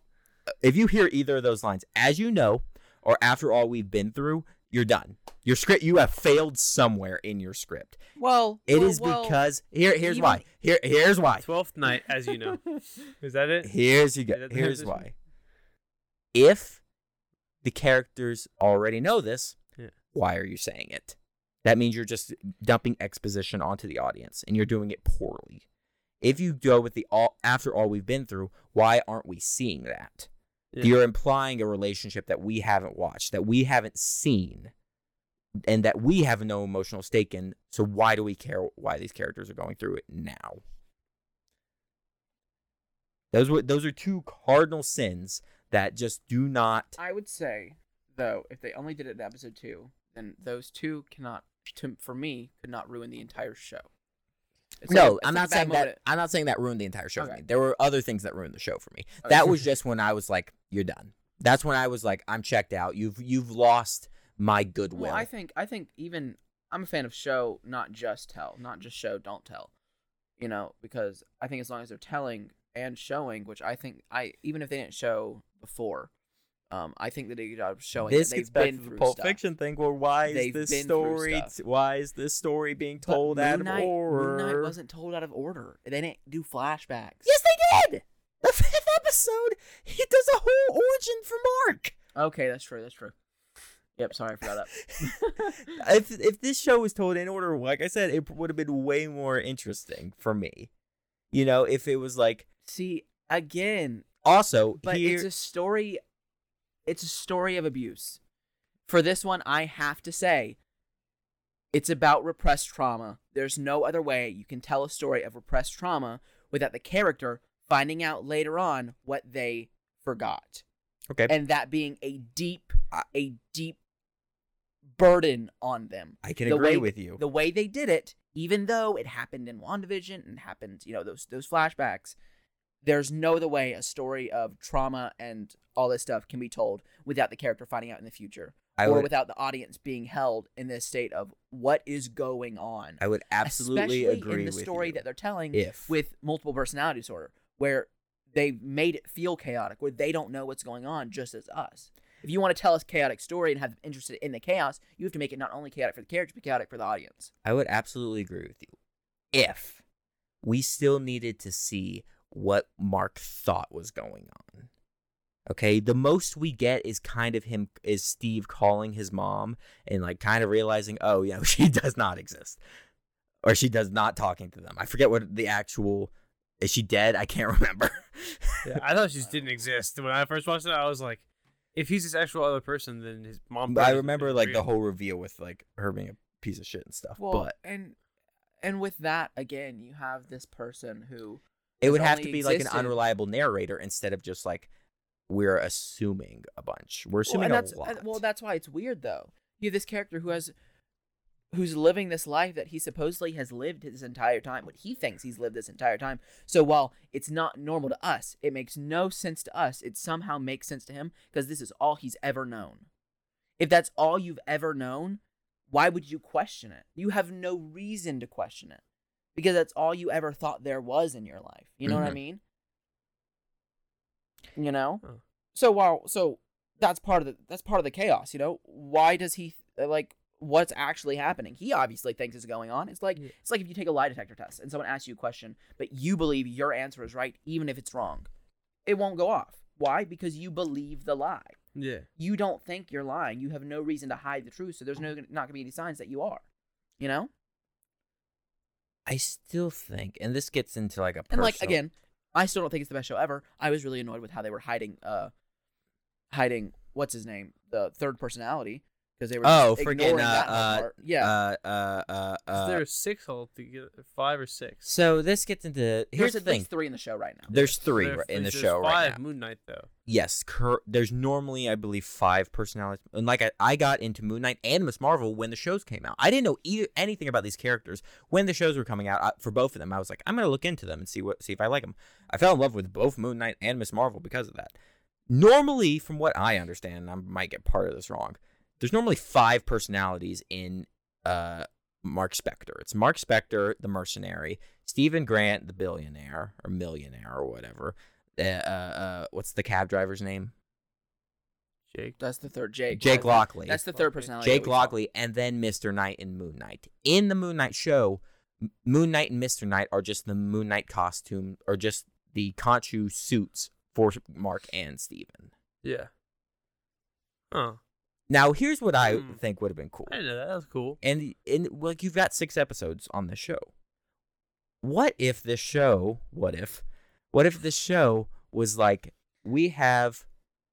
if you hear either of those lines as you know or after all we've been through, you're done. Your script you have failed somewhere in your script. Well, It is well, well, because here here's even- why. Here here's why. Twelfth night, as you know. Is that it? Here's you Is go. that the Here's transition? why. If the characters already know this, Yeah. why are you saying it? That means you're just dumping exposition onto the audience, and you're doing it poorly. If you go with the all after all we've been through, why aren't we seeing that? Yeah. You're implying a relationship that we haven't watched, that we haven't seen, and that we have no emotional stake in. So why do we care why these characters are going through it now? Those were those are two cardinal sins that just do not. I would say though, if they only did it in episode two, then those two cannot, to, for me, could not ruin the entire show. It's like a- no, it's I'm like a not bad saying moment that. I'm not saying that ruined the entire show for Okay. Oh, me. There were other things that ruined the show for me. Okay. That was just when I was like, "You're done." That's when I was like, "I'm checked out. You've you've lost my at- goodwill." Well, I think I think even I'm a fan of show, not just tell, not just show, don't tell. You know, because I think as long as they're telling and showing, which I think I even if they didn't show before, um, I think they did a good job of showing this that gets they've back been to the through Pulp stuff. Fiction thing. Well, why is They've this been through story? stuff. Why is this story being But told Moon out of Knight- order? Moon Knight wasn't told out of order. They didn't do flashbacks. Yes, they did. The fifth episode, he does a whole origin for Mark. Okay, that's true. That's true. Yep. Sorry, I forgot that. if if this show was told in order, like I said, it would have been way more interesting for me. You know, if it was like See again, also but here, it's a story. It's a story of abuse. For this one, I have to say, it's about repressed trauma. There's no other way you can tell a story of repressed trauma without the character finding out later on what they forgot, okay. and that being a deep, I- a deep burden on them. I can the agree way- with you. the way they did it, even though it happened in WandaVision and happened, you know, those those flashbacks, there's no other way a story of trauma and all this stuff can be told without the character finding out in the future. I or would without the audience being held in this state of what is going on. I would absolutely Especially agree in the with story you. that they're telling if with multiple personality disorder, where they've made it feel chaotic, where they don't know what's going on, just as us. If you want to tell us chaotic story and have them interested in the chaos, you have to make it not only chaotic for the characters, but chaotic for the audience. I would absolutely agree with you. If we still needed to see what Mark thought was going on. Okay, the most we get is kind of him is Steve calling his mom and like kind of realizing, oh, you know, she does not exist. Or she does not talking to them. I forget what the actual is she dead? I can't remember. Yeah, I thought she just didn't exist. When I first watched it, I was like, if he's this actual other person, then his mom. Um, I is- remember is like the real. whole reveal with like her being a piece of shit and stuff. Well, but and and with that again, you have this person who it would has have to only be like an existed- unreliable narrator instead of just like we're assuming a bunch. well, We're assuming and that's a lot. and- well, that's why it's weird though. You have this character who has who's living this life that he supposedly has lived his entire time, what he thinks he's lived this entire time. So while it's not normal to us, it makes no sense to us. It somehow makes sense to him because this is all he's ever known. If that's all you've ever known, why would you question it? You have no reason to question it because that's all you ever thought there was in your life. You know what I Mhm. mean? You know? Oh. So while so that's part of the that's part of the chaos, you know? Why does he like what's actually happening? He obviously thinks is going on. It's like Yeah. it's like if you take a lie detector test and someone asks you a question, but you believe your answer is right even if it's wrong. It won't go off. Why? Because you believe the lie Yeah. you don't think you're lying. You have no reason to hide the truth, so there's no not going to be any signs that you are. You know? I still think, and this gets into like a And personal, like again, I still don't think it's the best show ever. I was really annoyed with how they were hiding uh hiding what's his name? The third personality because they were oh, Oh, friggin', ignoring that uh, whole uh, part. Yeah. Uh, uh, uh, uh, Is there a six hole to get five or six? so this gets into There's here's the at least thing. three in the show right now. There's three There- right in the there's show five right now. Moon Knight though. Yes, cur- there's normally I believe five personalities. And like I, I got into Moon Knight and Miss Marvel when the shows came out. I didn't know either, anything about these characters when the shows were coming out. I, for both of them, I was like, I'm gonna look into them and see what see if I like them. I fell in love with both Moon Knight and Miss Marvel because of that. normally, from what I understand, and I might get part of this wrong, there's normally five personalities in uh, Mark Spector. It's Mark Spector, the mercenary, Stephen Grant, the billionaire or millionaire or whatever. Uh, uh, uh, what's the cab driver's name? Jake. That's the third Jake. Jake Lockley. Lockley. That's the third personality. that Jake Oh, we saw. Lockley, and then Mr. Knight and Moon Knight. In the Moon Knight show, M- Moon Knight and Mr. Knight are just the Moon Knight costume, or just the Conchu suits for Mark and Steven. Yeah. Oh, Now, here's what I Hmm. think would have been cool. I didn't know that. That was cool. And, and like, you've got six episodes on this show. What if this show, what if, what if this show was like, we have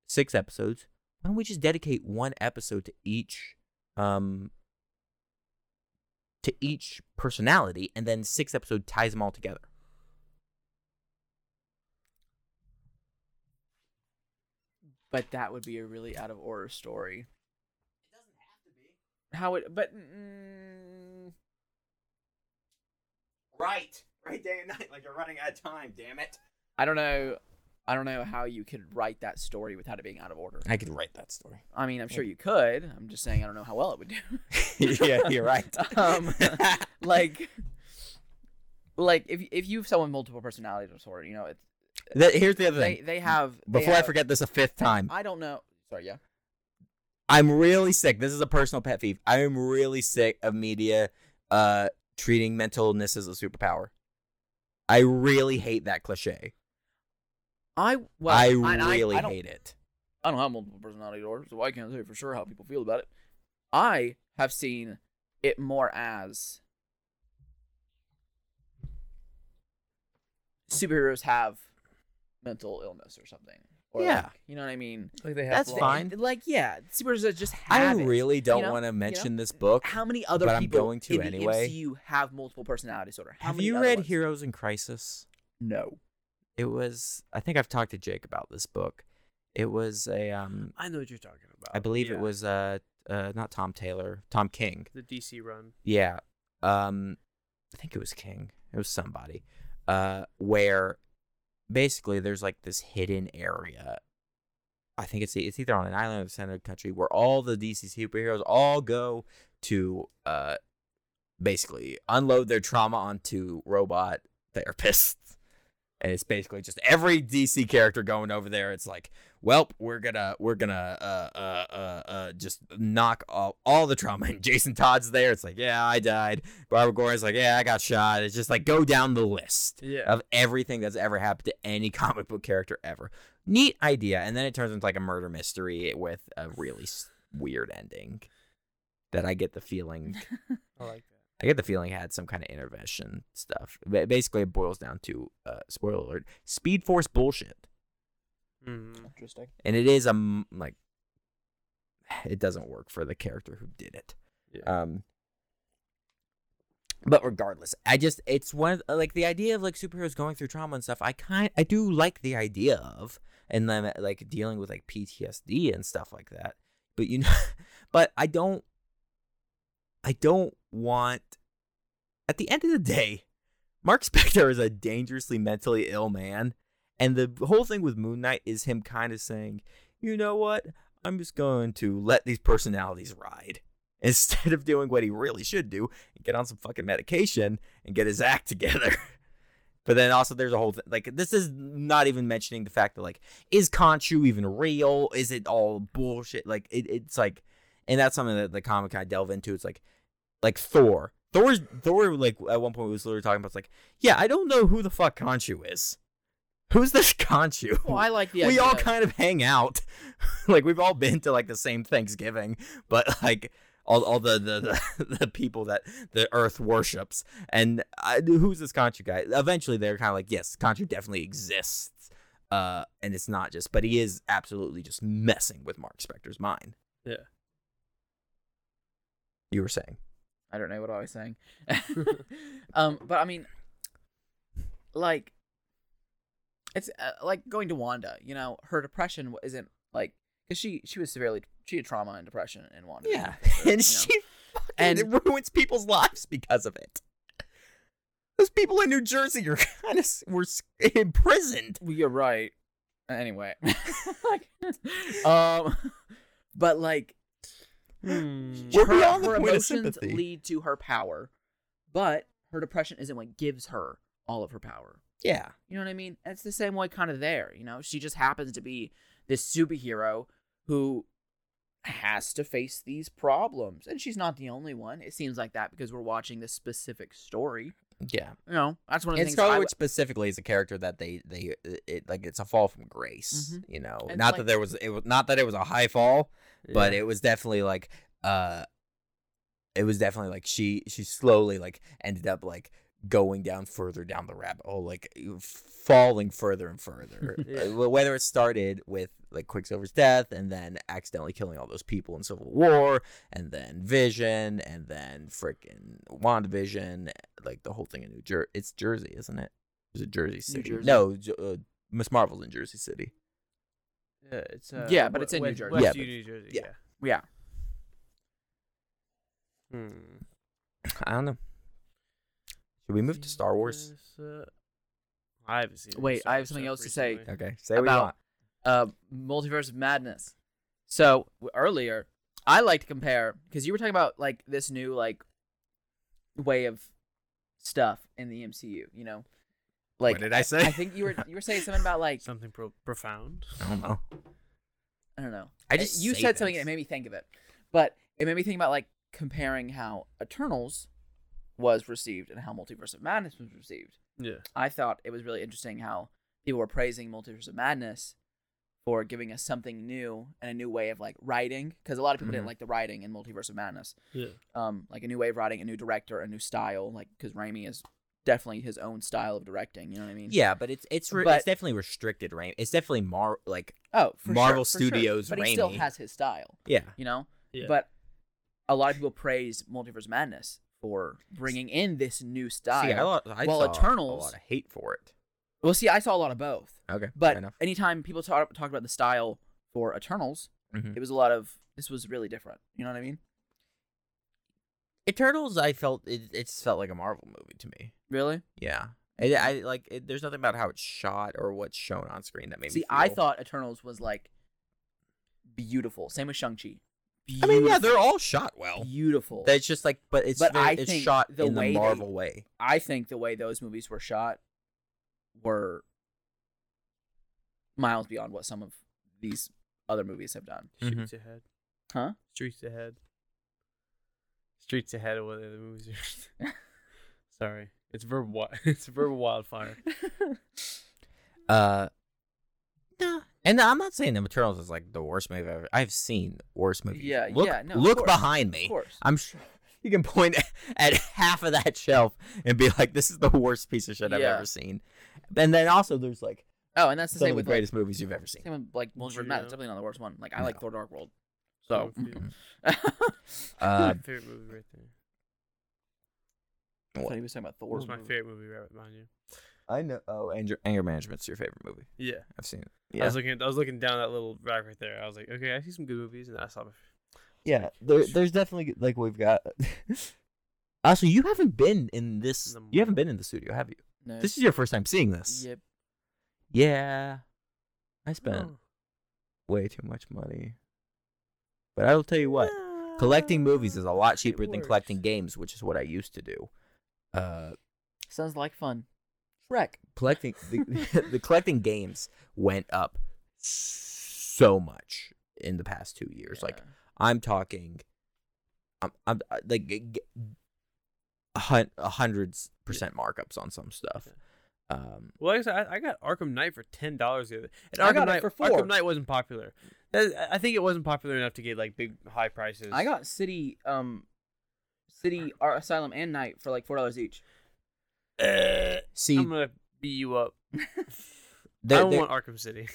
six episodes. Why don't we just dedicate one episode to each um to each personality and then six episode ties them all together. But that would be a really out of order story. It doesn't have to be. How would? But mm, Right. Right day and night like you're running out of time, damn it. I don't know. I don't know how you could write that story without it being out of order. I could write that story. I mean, I'm sure you could. I'm just saying I don't know how well it would do. yeah, you're right. Um, like, like if if you have someone with multiple personalities or sort, you know, it's, That- here's the other they thing. they have. they Before I have- forget this a fifth time, I don't know. Sorry, yeah. I'm really sick. This is a personal pet peeve. I am really sick of media uh treating mental illness as a superpower. I really hate that cliche. I well, I and really I don't hate it. I don't have multiple personality disorders, so I can't say for sure how people feel about it. I have seen it more as superheroes have mental illness or something. Or Yeah. like, you know what I mean? Like they have That's flaws. fine. Like, yeah, superheroes just I have it. really don't you know? want to know? mention this book. How many other but I'm people going to in anyway. the MCU have multiple personality disorder? How Have many you other read ones? Heroes in Crisis? No. It was I think I've talked to Jake about this book. It was a um I know what you're talking about. I believe Yeah. it was uh uh not Tom Taylor, Tom King. the DC run. Yeah. Um I think it was King. It was somebody. Uh where basically there's like this hidden area. I think it's e, it's either on an island or the center of the country where all the DC superheroes all go to uh basically unload their trauma onto robot therapists. And it's basically just every DC character going over there. It's like, well, we're gonna we're gonna uh uh uh, uh just knock all, all the trauma. And Jason Todd's there. It's like, yeah, I died. Barbara Gordon's like, yeah, I got shot. It's just like go down the list Yeah. of everything that's ever happened to any comic book character ever. Neat idea, and then it turns into like a murder mystery with a really s- weird ending. That I get the feeling I like that. I get the feeling it had some kind of intervention stuff. Ba- Basically, it boils down to uh, spoiler alert: Speed Force bullshit, Mm. Interesting. and it is a m- like it doesn't work for the character who did it. Yeah. Um, but regardless, I just it's one of, like the idea of like superheroes going through trauma and stuff. I kind I do like the idea of and then uh, like dealing with like PTSD and stuff like that. But you know, but I don't. I don't want. At the end of the day, Mark Spector is a dangerously mentally ill man, and the whole thing with Moon Knight is him kind of saying, "You know what? I'm just going to let these personalities ride." instead of doing what he really should do and get on some fucking medication and get his act together. but then also there's a whole thing like this is not even mentioning the fact that like is Conchu even real? Is it all bullshit? Like it, it's like and that's something that the comic I delve into. It's like like Thor. Thor's Thor like at one point was literally talking about it's like, yeah, I don't know who the fuck Conchu is. Who's this Conchu? Well, Oh, I like the we idea all of- kind of hang out. like we've all been to like the same Thanksgiving, but like all, all the, the, the, the people that the earth worships. And I, who's this Conchu guy? Eventually they're kind of like, yes, Conchu definitely exists. Uh, and it's not just, but he is absolutely just messing with Mark Spector's mind. Yeah. You were saying. I don't know what I was saying. um, but I mean, like, it's uh, like going to Wanda. You know, her depression w- isn't like because she she was severely she had trauma and depression in Wanda. Yeah. you know. And she fucking And- it ruins people's lives because of it. Those people in New Jersey are kind of were s- imprisoned Well, you're right. Anyway, like, um, but like Hmm. We're her, beyond the her point of emotions sympathy. lead to her power, but her depression isn't what gives her all of her power. Yeah. You know what I mean? It's the same way kind of there, you know? She just happens to be this superhero who has to face these problems. And she's not the only one. It seems like that because we're watching this specific story. Yeah. You know, that's one of the And things I Scarlet w- Witch specifically is a character that they they it like it's a fall from grace, you know. And not Mm-hmm. like- that there was it was not that it was a high fall, but Yeah. it was definitely like uh it was definitely like she she slowly like ended up like going down further down the rabbit hole like e, falling further and further Yeah. Uh, whether it started with like quicksilver's death and then accidentally killing all those people in civil war and then vision and then frickin' wandavision like the whole thing in new jersey it's jersey isn't it is it jersey city Jersey. no J- uh, miss marvel's in jersey city Yeah, it's uh, Yeah, but we- it's in New West- Jersey. West Yeah, U- but- New Jersey. yeah. Yeah. Yeah. Hmm. i don't know should we move to star wars Uh, I haven't seen. any Wait, Star I Wars have something stuff else to say. recently. okay say what you About- want Uh, Multiverse of Madness. So w- earlier, I like to compare because you were talking about like this new like way of stuff in the MCU. You know, like what did i say I think you were you were saying something about like Something pro- profound. i don't know I don't know. I It- just you say said something things. and it made me think of it, but it made me think about like comparing how Eternals was received and how Multiverse of Madness was received. Yeah. I thought it was really interesting how people were praising Multiverse of Madness for giving us something new and a new way of like writing because a lot of people Mhm. didn't like the writing in Multiverse of Madness. Yeah. Um, like a new way of writing, a new director, a new style. Like because Raimi is definitely his own style of directing. You know what I mean? Yeah, but it's it's re- it's But- definitely restricted, right? It's definitely Mar like Oh, for sure, Marvel for Studios Sure. But he still Raimi. has his style. yeah. You know. Yeah. But a lot of people praised Multiverse of Madness for bringing in this new style. See, I, lo- I Well, saw Eternals- a lot of hate for it. well, see, I saw a lot of both. Okay, But fair enough. anytime people talk talk about the style for Eternals, Mhm. it was a lot of this was really different. You know what I mean? Eternals, I felt it, it just felt like a Marvel movie to me. Really? Yeah, I, I like it, there's nothing about how it's shot or what's shown on screen that made See, me. Feel... I thought Eternals was like beautiful. Same with Shang Chi. I mean, yeah, they're all shot well. beautiful. It's just like, but it's But very- I it's think shot the in the way they- Marvel way. I think the way those movies were shot were miles beyond what some of these other movies have done. Mm-hmm. Streets ahead. Huh? Streets ahead. Streets ahead of what the other movies are. Sorry, it's verbal. Wi- it's verbal wildfire. Uh, no, and I'm not saying the Eternals is like the worst movie I've ever. I've seen worse movies. Yeah, look, yeah, no, of look course, behind Of me. course. I'm sure you can point at half of that shelf and be like, "This is the worst piece of shit I've Yeah. ever seen." And then also, there's like Oh, and that's the some same of the with like, greatest movies you've ever seen. same with like Multiverse of Juno. Madness. Definitely not the worst one. Like I No. like Thor: Dark World. So So my Uh, favorite movie right there. I thought he was talking about What Thor's was my movie. favorite movie right behind you? I know. Oh, anger, anger management's your favorite movie. Yeah. I've seen it. I Yeah, was looking. I was looking down that little rack right there. I was like, okay, I see some good movies, and I saw. My... yeah. There, there's definitely like we've got. also, you haven't been in this. The You haven't been in the studio, have you? No. This is your first time seeing this. Yep. Yeah. I Oh. spent way too much money. But I'll tell you what. Collecting movies is a lot cheaper than collecting games, which is what I used to do. Uh, Sounds like fun. Shrek. collecting the, the collecting games went up so much in the past two years. Like Yeah. I'm talking, I'm, I'm uh, like g- g- a hun- a hundreds percent markups on some stuff. Okay. Um, Well, like I, said, I, I got Arkham Knight for ten dollars the other. And I Arkham got it Knight for four. Arkham Knight wasn't popular. That, I- I think it wasn't popular enough to get like big high prices. I got City, um, City Ar- Asylum and Night for like four dollars each. Uh, see, I'm gonna beat you up. I there- don't there- want Arkham City.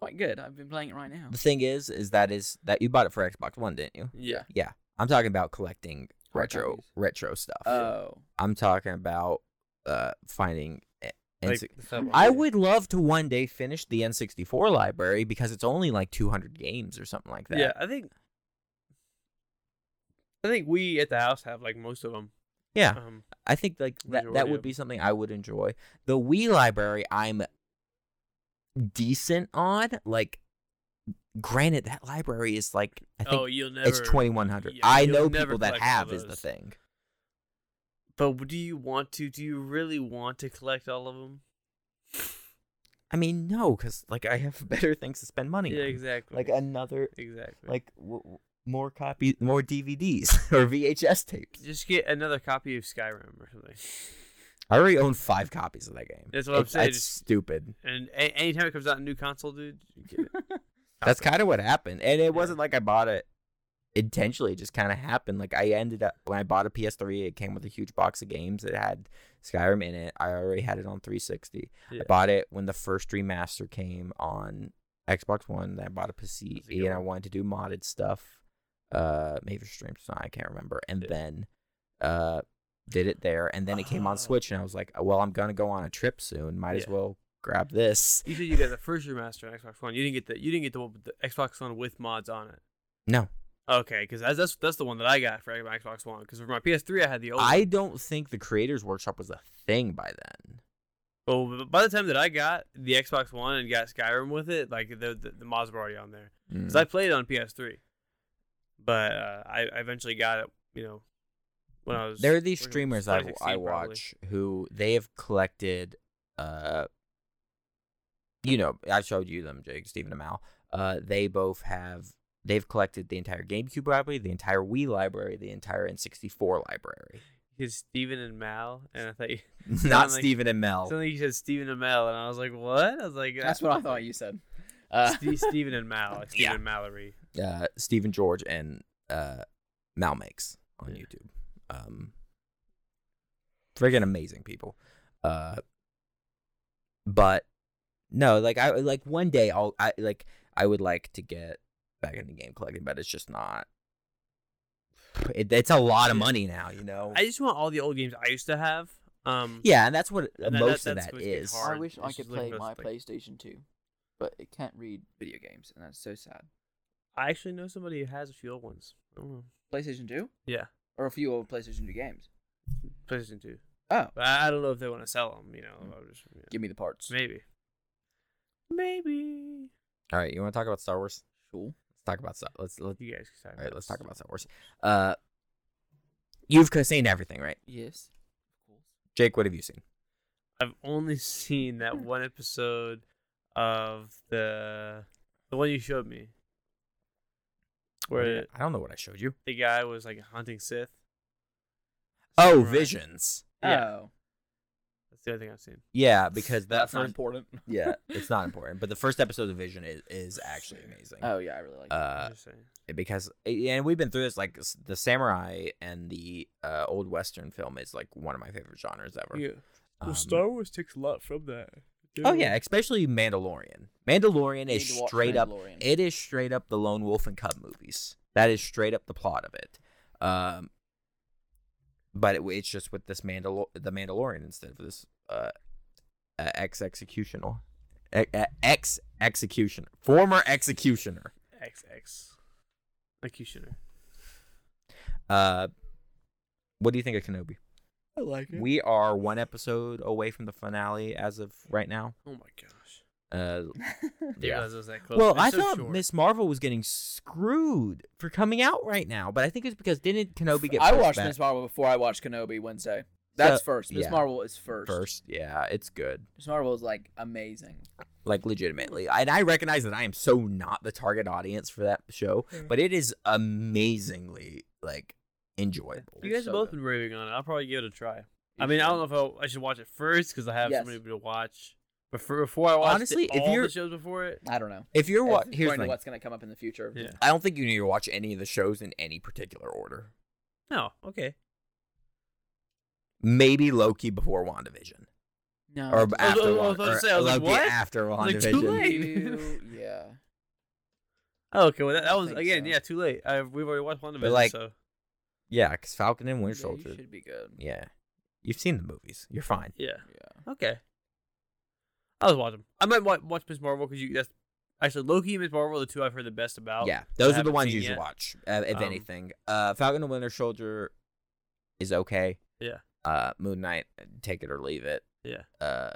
Quite good. I've been playing it right now. the thing is, is that is that you bought it for Xbox One, didn't you? Yeah. Yeah, I'm talking about collecting Hard retro copies. retro stuff. Uh, Oh. I'm talking about uh finding. a- Like, NC the sub- I would love to one day finish the N64 library because it's only like 200 games or something like that. Yeah, I think. I think we at the house have like most of them. Yeah. Um, I think like that, Majority that of would them. be something I would enjoy. The Wii library, I'm decent on, like, granted, that library is like, I think oh, you'll never. it's 2100. yeah, I you'll know never people that collect all have is the those. thing. But do you want to? Do you really want to collect all of them? I mean, no, because, like, I have better things to spend money Yeah, on. exactly. Like, another, exactly. like, w- w- more copies, more DVDs or VHS tapes. just get another copy of Skyrim or something. I already own five copies of that game. That's what I'm It's- saying, It's just- stupid. And a- anytime it comes out in a new console, dude, you get it. That's kind of what happened. And it Yeah. wasn't like I bought it intentionally. It just kind of happened. Like I ended up when I bought a PS3, it came with a huge box of games. It had Skyrim in it. I already had it on 360. Yeah. I bought it when the first remaster came on Xbox One. Then I bought a PC That's a good and I one. wanted to do modded stuff. Uh, maybe stream I can't remember. And Yeah. then, uh, did it there. And then it came Oh. on Switch, and I was like, well, I'm gonna go on a trip soon. Might as Yeah. well grab this. You said you got the first remaster on Xbox One. You didn't get the you didn't get the one with the Xbox One with mods on it. No, Okay, because that's, that's that's the one that I got for my Xbox One. Because for my PS3, Oh, I had the old. I don't think the Creators Workshop was a thing by then. one. But by the time that I got the Xbox One and got Skyrim with it, like the the, the mods were already on there. Because Mm-hmm. I played it on PS3, but uh, I, I eventually got it. You know, when I was there are these working with streamers I, 2016 I probably. watch who they have collected, uh, you know, I showed you them, Jake, Stephen Amell. Uh, they both have they've collected the entire GameCube library, the entire Wii library, the entire N64 library. Because Steven and Mal, and I thought you, Not Sound like- Stephen and Mel. something you said Steven and Mal, and I was like, what? I was like, uh, That's what I thought you said. Uh, Ste- Steven and Mal, like Steven Yeah. and Mallory. Uh, Stephen George and uh, Mal makes on Yeah. YouTube. Um, freaking amazing people. Uh, but no, like I like one day I'll I like I would like to get back into game collecting, but it's just not. It, it's a lot of money now, you know. I just want all the old games I used to have. Um, yeah, and that's what And that- most that- of that's that what's getting is. hard. I wish It's I just could like play those, my like- PlayStation 2, but it can't read video games, and that's so sad. I actually know somebody who has a few old ones. I don't know. PlayStation 2? Yeah, Or a few old PlayStation 2 games. PlayStation Two. Oh, But I I don't know if they want to sell them. You know, I was just, you know. give me the parts. maybe, maybe. All right, you want to talk about Star Wars? Cool. Let's talk about Star. Let's let's. You guys can talk. All right, let's talk this. about Star Wars. Uh, you've seen everything, right? Yes. Jake, what have you seen? I've only seen that Hmm. one episode of the the one you showed me, What where did I I don't know what I showed you. the guy was like hunting Sith. Oh, Samurai. Visions. Yeah, Oh, that's the only thing I've seen. Yeah, because that that's not first important. yeah, it's not important. But the first episode of Vision is, is actually amazing. Oh yeah, I really like. it. Uh, Interesting. because and we've been through this like s- the samurai and the uh, old western film is like one of my favorite genres ever. Um, Wars takes a lot from that. Oh yeah, especially Mandalorian. Mandalorian You is need to watch straight up Mandalorian. It is straight up the Lone Wolf and Cub movies. That is straight up the plot of it. Um, but it, it's just with this Mandalor the Mandalorian instead of this uh, uh ex executional, ex executioner, former executioner. XX executioner. Uh, what do you think of Kenobi? I like We are one episode away from the finale as of right now. oh my gosh. Uh, Didn't realize it was that close. Well, It's I so thought short. Miss Marvel was getting screwed for coming out right now, but I think it's because didn't Kenobi get I pushed watched back Miss Marvel before I watched Kenobi Wednesday. That's first. Miss yeah. Marvel is first. first? Yeah, it's good. Miss Marvel is like amazing. Like legitimately, and I recognize that I am so not the target audience for that show, Hmm. but it is amazingly like enjoyable. you guys It's so have both good. been raving on it. I'll probably give it a try. I mean, I don't know if I'll, I should watch it first because I have Yes. somebody to watch. But for, before I watched Honestly, it, if all the you're- shows before it, I don't know. If you're It's what here's the according to thing. what's gonna come up in the future. yeah, I don't think you need to watch any of the shows in any particular order. no, okay. Maybe Loki before Wandavision, No. or dude, Oh, I after was Wan- about to or say, I was like, Loki what? after was like, too WandaVision. late. yeah. Oh, okay, well that, I that don't was think again, so. yeah, too late. I, we've already watched one of But, it, like, so Yeah, because Falcon and Winter Yeah, you Soldier. should be good. Yeah, you've seen the movies. You're fine. yeah, Yeah. okay. I was watching. I might wa- watch Miss Marvel because you. That's actually Loki and Miss Marvel, are the two I've heard the best about. Yeah, those are the haven't ones seen you should yet. watch, uh, if Um, anything. Uh, Falcon and Winter Soldier is okay. Yeah. Uh, Moon Knight, take it or leave it. Yeah. Uh,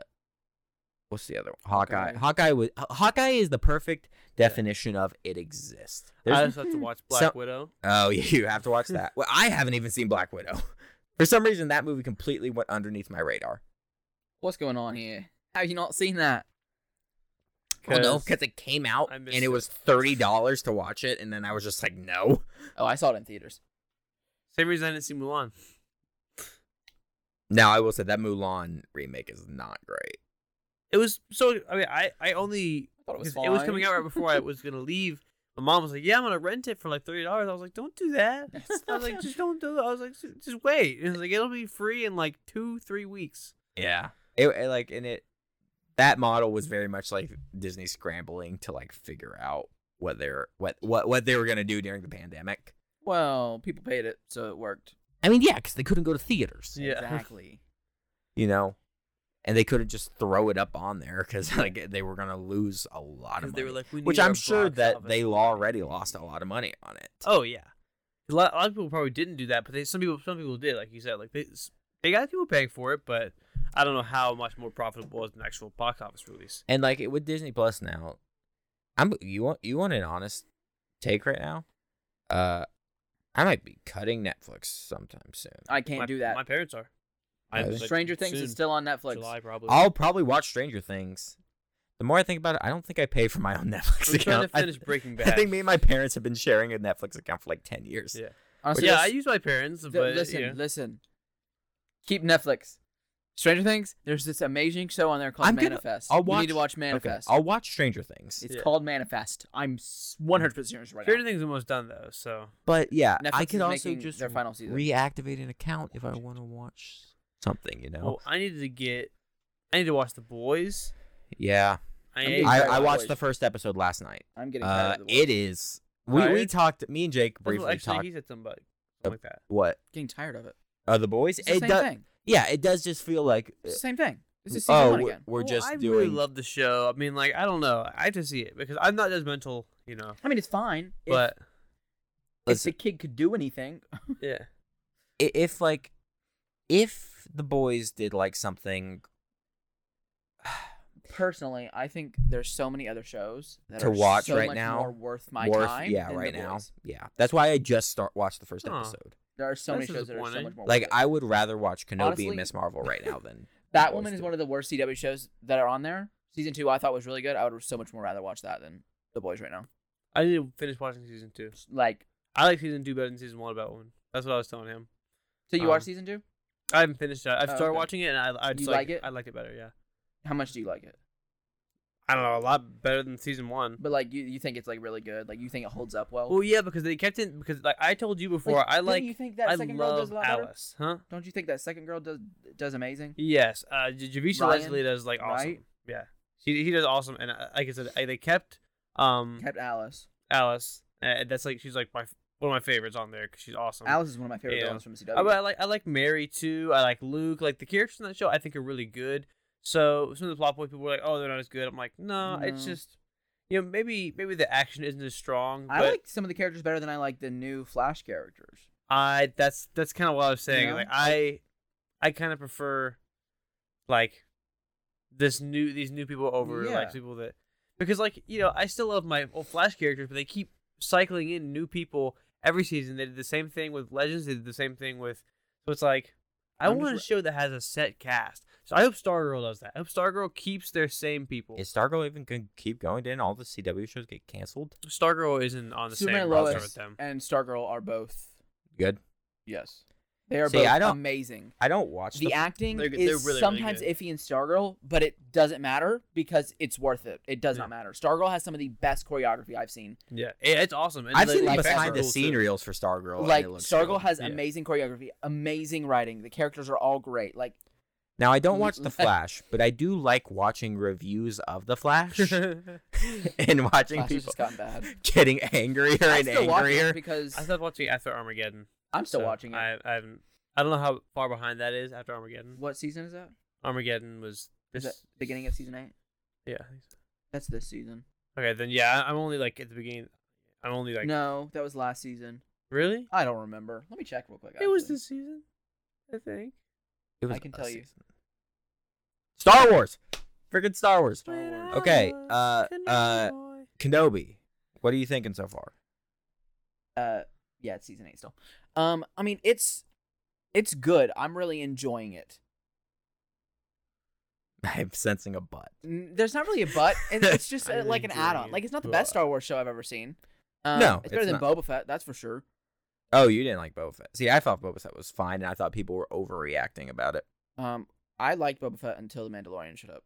What's the other one? Hawkeye. Hawkeye was Hawkeye is the perfect definition of it exists. I There's- just have to watch so- Black Widow. oh, you have to watch that. Well, I haven't even seen Black Widow. For some reason, that movie completely went underneath my radar. What's going on here? Have you not seen that? Well, oh, no, 'Cause because it came out I and missed it it. was thirty dollars to watch it, and then I was just like, no. Oh, I saw it in theaters. Same reason I didn't see Mulan. Now I will say that Mulan remake is not great. It was so. I mean, I I only I thought it was 'cause it was fine. coming out right before I was gonna leave. My mom was like, "Yeah, I'm gonna rent it for like thirty dollars." I was like, "Don't do that." I was like, "Just don't do it." I was like, "Just- "Just wait." And it was like, "It'll be free in like two, three weeks." Yeah. It, it, like and it that model was very much like Disney scrambling to like figure out what they're what what what they were gonna do during the pandemic. well, people paid it, so it worked. I mean, yeah, because they couldn't go to theaters. Yeah. Exactly. You know. And they couldn't just throw it up on there because like they were gonna lose a lot of 'Cause money, they were like, we which need I'm our sure box that office they to be already big." lost a lot of money on it. Oh yeah, a lot, a lot of people probably didn't do that, but they some people some people did. Like you said, like they they got people paying for it, but I don't know how much more profitable is an actual box office release. And like with Disney Plus now, I'm you want you want an honest take right now? Uh I might be cutting Netflix sometime soon. I can't my, do that. My parents are. Really? like, Stranger Things soon, is still on Netflix. July probably. I'll probably watch Stranger Things. The more I think about it, I don't think I pay for my own Netflix I'm trying to account. I- finish Breaking I, Bad. think me and my parents have been sharing a Netflix account for like ten years. Yeah. Honestly, yeah, this- I use my parents, th- but listen, yeah. listen. Keep Netflix. Stranger Things. There's this amazing show on there called I'm gonna- Manifest. I'll You need to watch- watch Manifest. Okay, I'll watch Stranger Things. it's Yeah. called Manifest. I'm 100 percent serious right now. Stranger Things is almost done though, so but yeah, Netflix I could is also making just their final season. reactivate an account if I want to watch something. You know? well, I needed to get. I need to watch The Boys. yeah. I, I'm need- getting I, tired I of watched Boys. the first episode last night. I'm getting tired Uh, of the it word. is. We, we Tired? talked. Me and Jake briefly actually, talked. he said something about something like that. What? Getting tired of it. Are the boys? It's the it same do- thing. Yeah, it does just feel like. uh, It's the same thing. This is season oh, one we're, again. we're Well, just I doing. really love the show. I mean, like, I don't know. I have to see it because I'm not judgmental, you know. I mean, it's fine. If- But if, Listen, the kid could do anything, yeah, i- if like, if the boys did like something personally, I think there's so many other shows that To are watch so right much now, more worth my worth, time. yeah, than right The now, Boys. yeah, that's why I just start watched the first Huh. episode. There are so That's many shows that are so disappointing. much more. Like, worth it. I would rather watch Kenobi Honestly- and Miss Marvel right now than that woman is one of the worst CW shows that are on there. Season two, I thought was really good. I would so much more rather watch that than The Boys right now. I need to finish watching season two. Like, I like season two better than season one about one. That's what I was telling him. so you Um, watch season two? I haven't finished it. I've Oh, started okay. watching it, and I I You just like like, it? I liked it better. Yeah, How much do you like it? I don't know. A lot better than season one. But like, you you think it's like really good? Like, you think it holds up well? Well, yeah, because they kept it because like I told you before, I don't like Oh. You think that I second girl does love a lot better? Alice, huh? Don't you think that second girl does does amazing? Yes, uh, J- Javisha Ryan, Leslie does like awesome. right? Yeah, he he does awesome, and uh, like I said, I, they kept um Kept Alice. Alice. Uh, that's like she's like my f- one of my favorites on there because she's awesome. Alice is one of my favorite Yeah. villains from CW. Uh, but I like I like Mary too. I like Luke. Like the characters in that show, I think are really good. So some of the plot points, people were like, "Oh, they're not as good." I'm like, "No, it's No. just, you know, maybe maybe the action isn't as strong." But I like some of the characters better than I like the new Flash characters. I that's that's kind of what I was saying. know? Like I, I kind of prefer, like, this new these new people over Yeah. like people that because like you know I still love my old Flash characters, but they keep cycling in new people every season. They did the same thing with Legends. They did the same thing with so it's like I I'm just want a re- show that has a set cast. So I hope Stargirl does that. I hope Stargirl keeps their same people. Is Stargirl even gonna keep going? Didn't all the CW shows get canceled? Stargirl isn't on the Superman same roster Lois with them. and Stargirl are both Good. yes. They are See, both I don't- amazing. I don't watch The acting They're g- is they're really, really sometimes good. iffy in Stargirl, but it doesn't matter because it's worth it. It does Yeah. not matter. Stargirl has some of the best choreography I've seen. Yeah, it- it's awesome. And I've they- seen they the like fast behind the rules, too. scene reels for Stargirl. and like it looks Stargirl good. has Yeah. amazing choreography, amazing writing. The characters are all great. Like Now I don't watch The Like- Flash, but I do like watching reviews of The Flash and watching Flash has people just gotten bad. getting angrier I and still watch it angrier. because I stopped watching After Armageddon. I'm still so watching it. I, I haven't. I don't know how far behind that is after Armageddon. What season is that? Armageddon was Is this. that beginning of season eight? Yeah. I think so. That's this season. Okay, then yeah, I- I'm only like at the beginning. I'm only like no, that was last season. really. I don't remember. Let me check real quick. It was actually. this season, I think. It I can a tell you. Star Wars. Freaking Star Wars. Oh, Star Wars. Okay, uh, uh, Kenobi. What are you thinking so far? uh yeah it's season eight still um i mean it's it's good i'm really enjoying it I'm sensing a butt. N- there's not really a but and it's just I uh, like an enjoy add-on it. like it's not the best star wars show i've ever seen um, No, it's better it's than not. boba fett that's for sure Oh, you didn't like Boba Fett. See, I thought Boba Fett was fine, and I thought people were overreacting about it. um i liked boba fett until the mandalorian showed up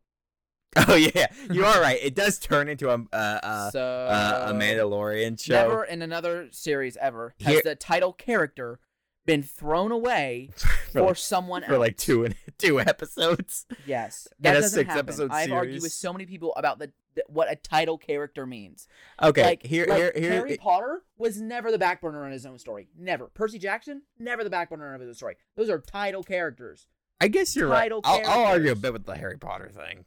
Oh yeah, you are right. It does turn into a uh, uh, so uh, a Mandalorian show. never in another series ever has Here- the title character been thrown away for for, like, someone for else like two and two episodes. yes in that a doesn't six happen. episode i've argued series. with so many people about the, the what a title character means Okay, like, here, like here, here. Harry Potter was never the back burner on his own story. Never. Percy Jackson, never the back burner of his own story. Those are title characters. I guess you're right. title I'll, I'll argue a characters. bit with the Harry Potter thing.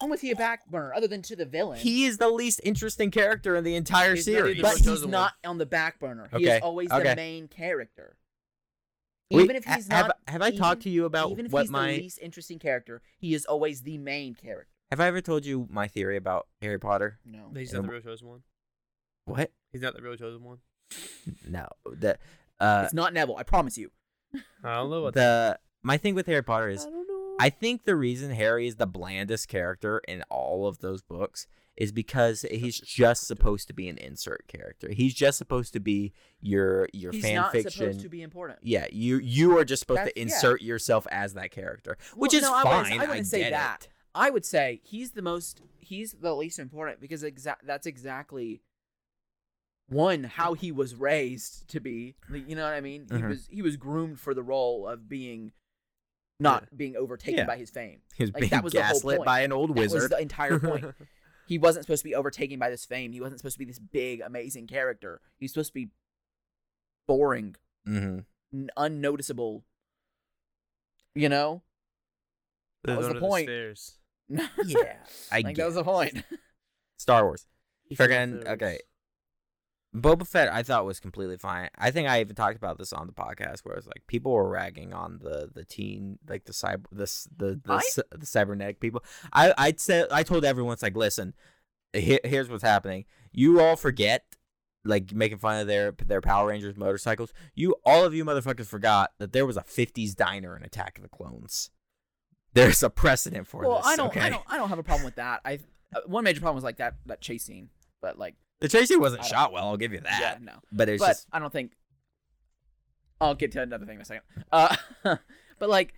When was he a back burner other than to the villain? He is the least interesting character in the entire He's not even series. but chosen he's one. not on the back burner. He Okay, is always okay. the main character. Wait, Even if ha- he's have, not have I even- talked to you about even if what he's my the least interesting character, he is always the main character. have I ever told you my theory about Harry Potter? No. He's not the real chosen one. What? He's not the real chosen one. No, the uh, it's not Neville, I promise you. I don't know what the my thing with Harry Potter is don't know. I think the reason Harry is the blandest character in all of those books is because he's just supposed to be an insert character. He's just supposed to be your your he's fan not fiction. supposed to be important. Yeah, you you are just supposed That's- to yeah. insert yourself as that character, which Well, is no, I fine. wouldn't- I wouldn't say get that. it. I would say he's the most he's the least important because exa- that's exactly one how he was raised to be. Like, You know what I mean? He Mhm. was he was groomed for the role of being not being overtaken Yeah. by his fame. He's Like, being that was the whole gaslit point. by an old That was wizard. the entire point. he wasn't supposed to be overtaken by this fame. He wasn't supposed to be this big amazing character. He's supposed to be boring, mm-hmm. n- unnoticeable. You know? That was the point. stairs. yeah. I like, that get was the point. Star Wars. He fell Friggin' upstairs. okay. Boba Fett, I thought was completely fine. I think I even talked about this on the podcast, where it's like people were ragging on the the teen, like the cyber, the s- the the, I- cy- the cybernetic people. I I said I told everyone it's like, listen, he- here's what's happening. You all forget, like making fun of their their Power Rangers motorcycles. You all of you motherfuckers forgot that there was a '50s diner in Attack of the Clones. There's a precedent for well, this. I don't, okay? I don't, I don't have a problem with that. I uh, one major problem was like that that chase scene, but like The chase scene wasn't I don't- shot well. I'll give you that. yeah, no. But it's but just I don't think I'll get to another thing in a second. Uh, but like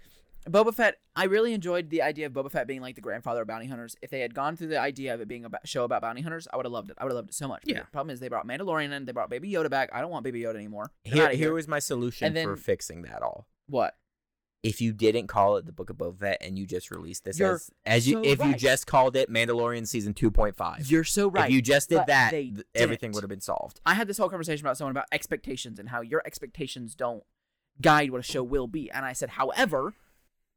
Boba Fett, I really enjoyed the idea of Boba Fett being like the grandfather of bounty hunters. If they had gone through the idea of it being a ba- show about bounty hunters, I would have loved it. I would have loved it so much. But Yeah. The problem is they brought Mandalorian in, they brought Baby Yoda back. I don't want Baby Yoda anymore. Get here, outta here was my solution And then- for fixing that all. what? If you didn't call it the Book of Boba Fett and you just released this You're as, as you so if you right. just called it Mandalorian season two point five, You're so right. if you just did but that, they th- everything didn't. would have been solved. I had this whole conversation about someone about expectations and how your expectations don't guide what a show will be. And I said, however,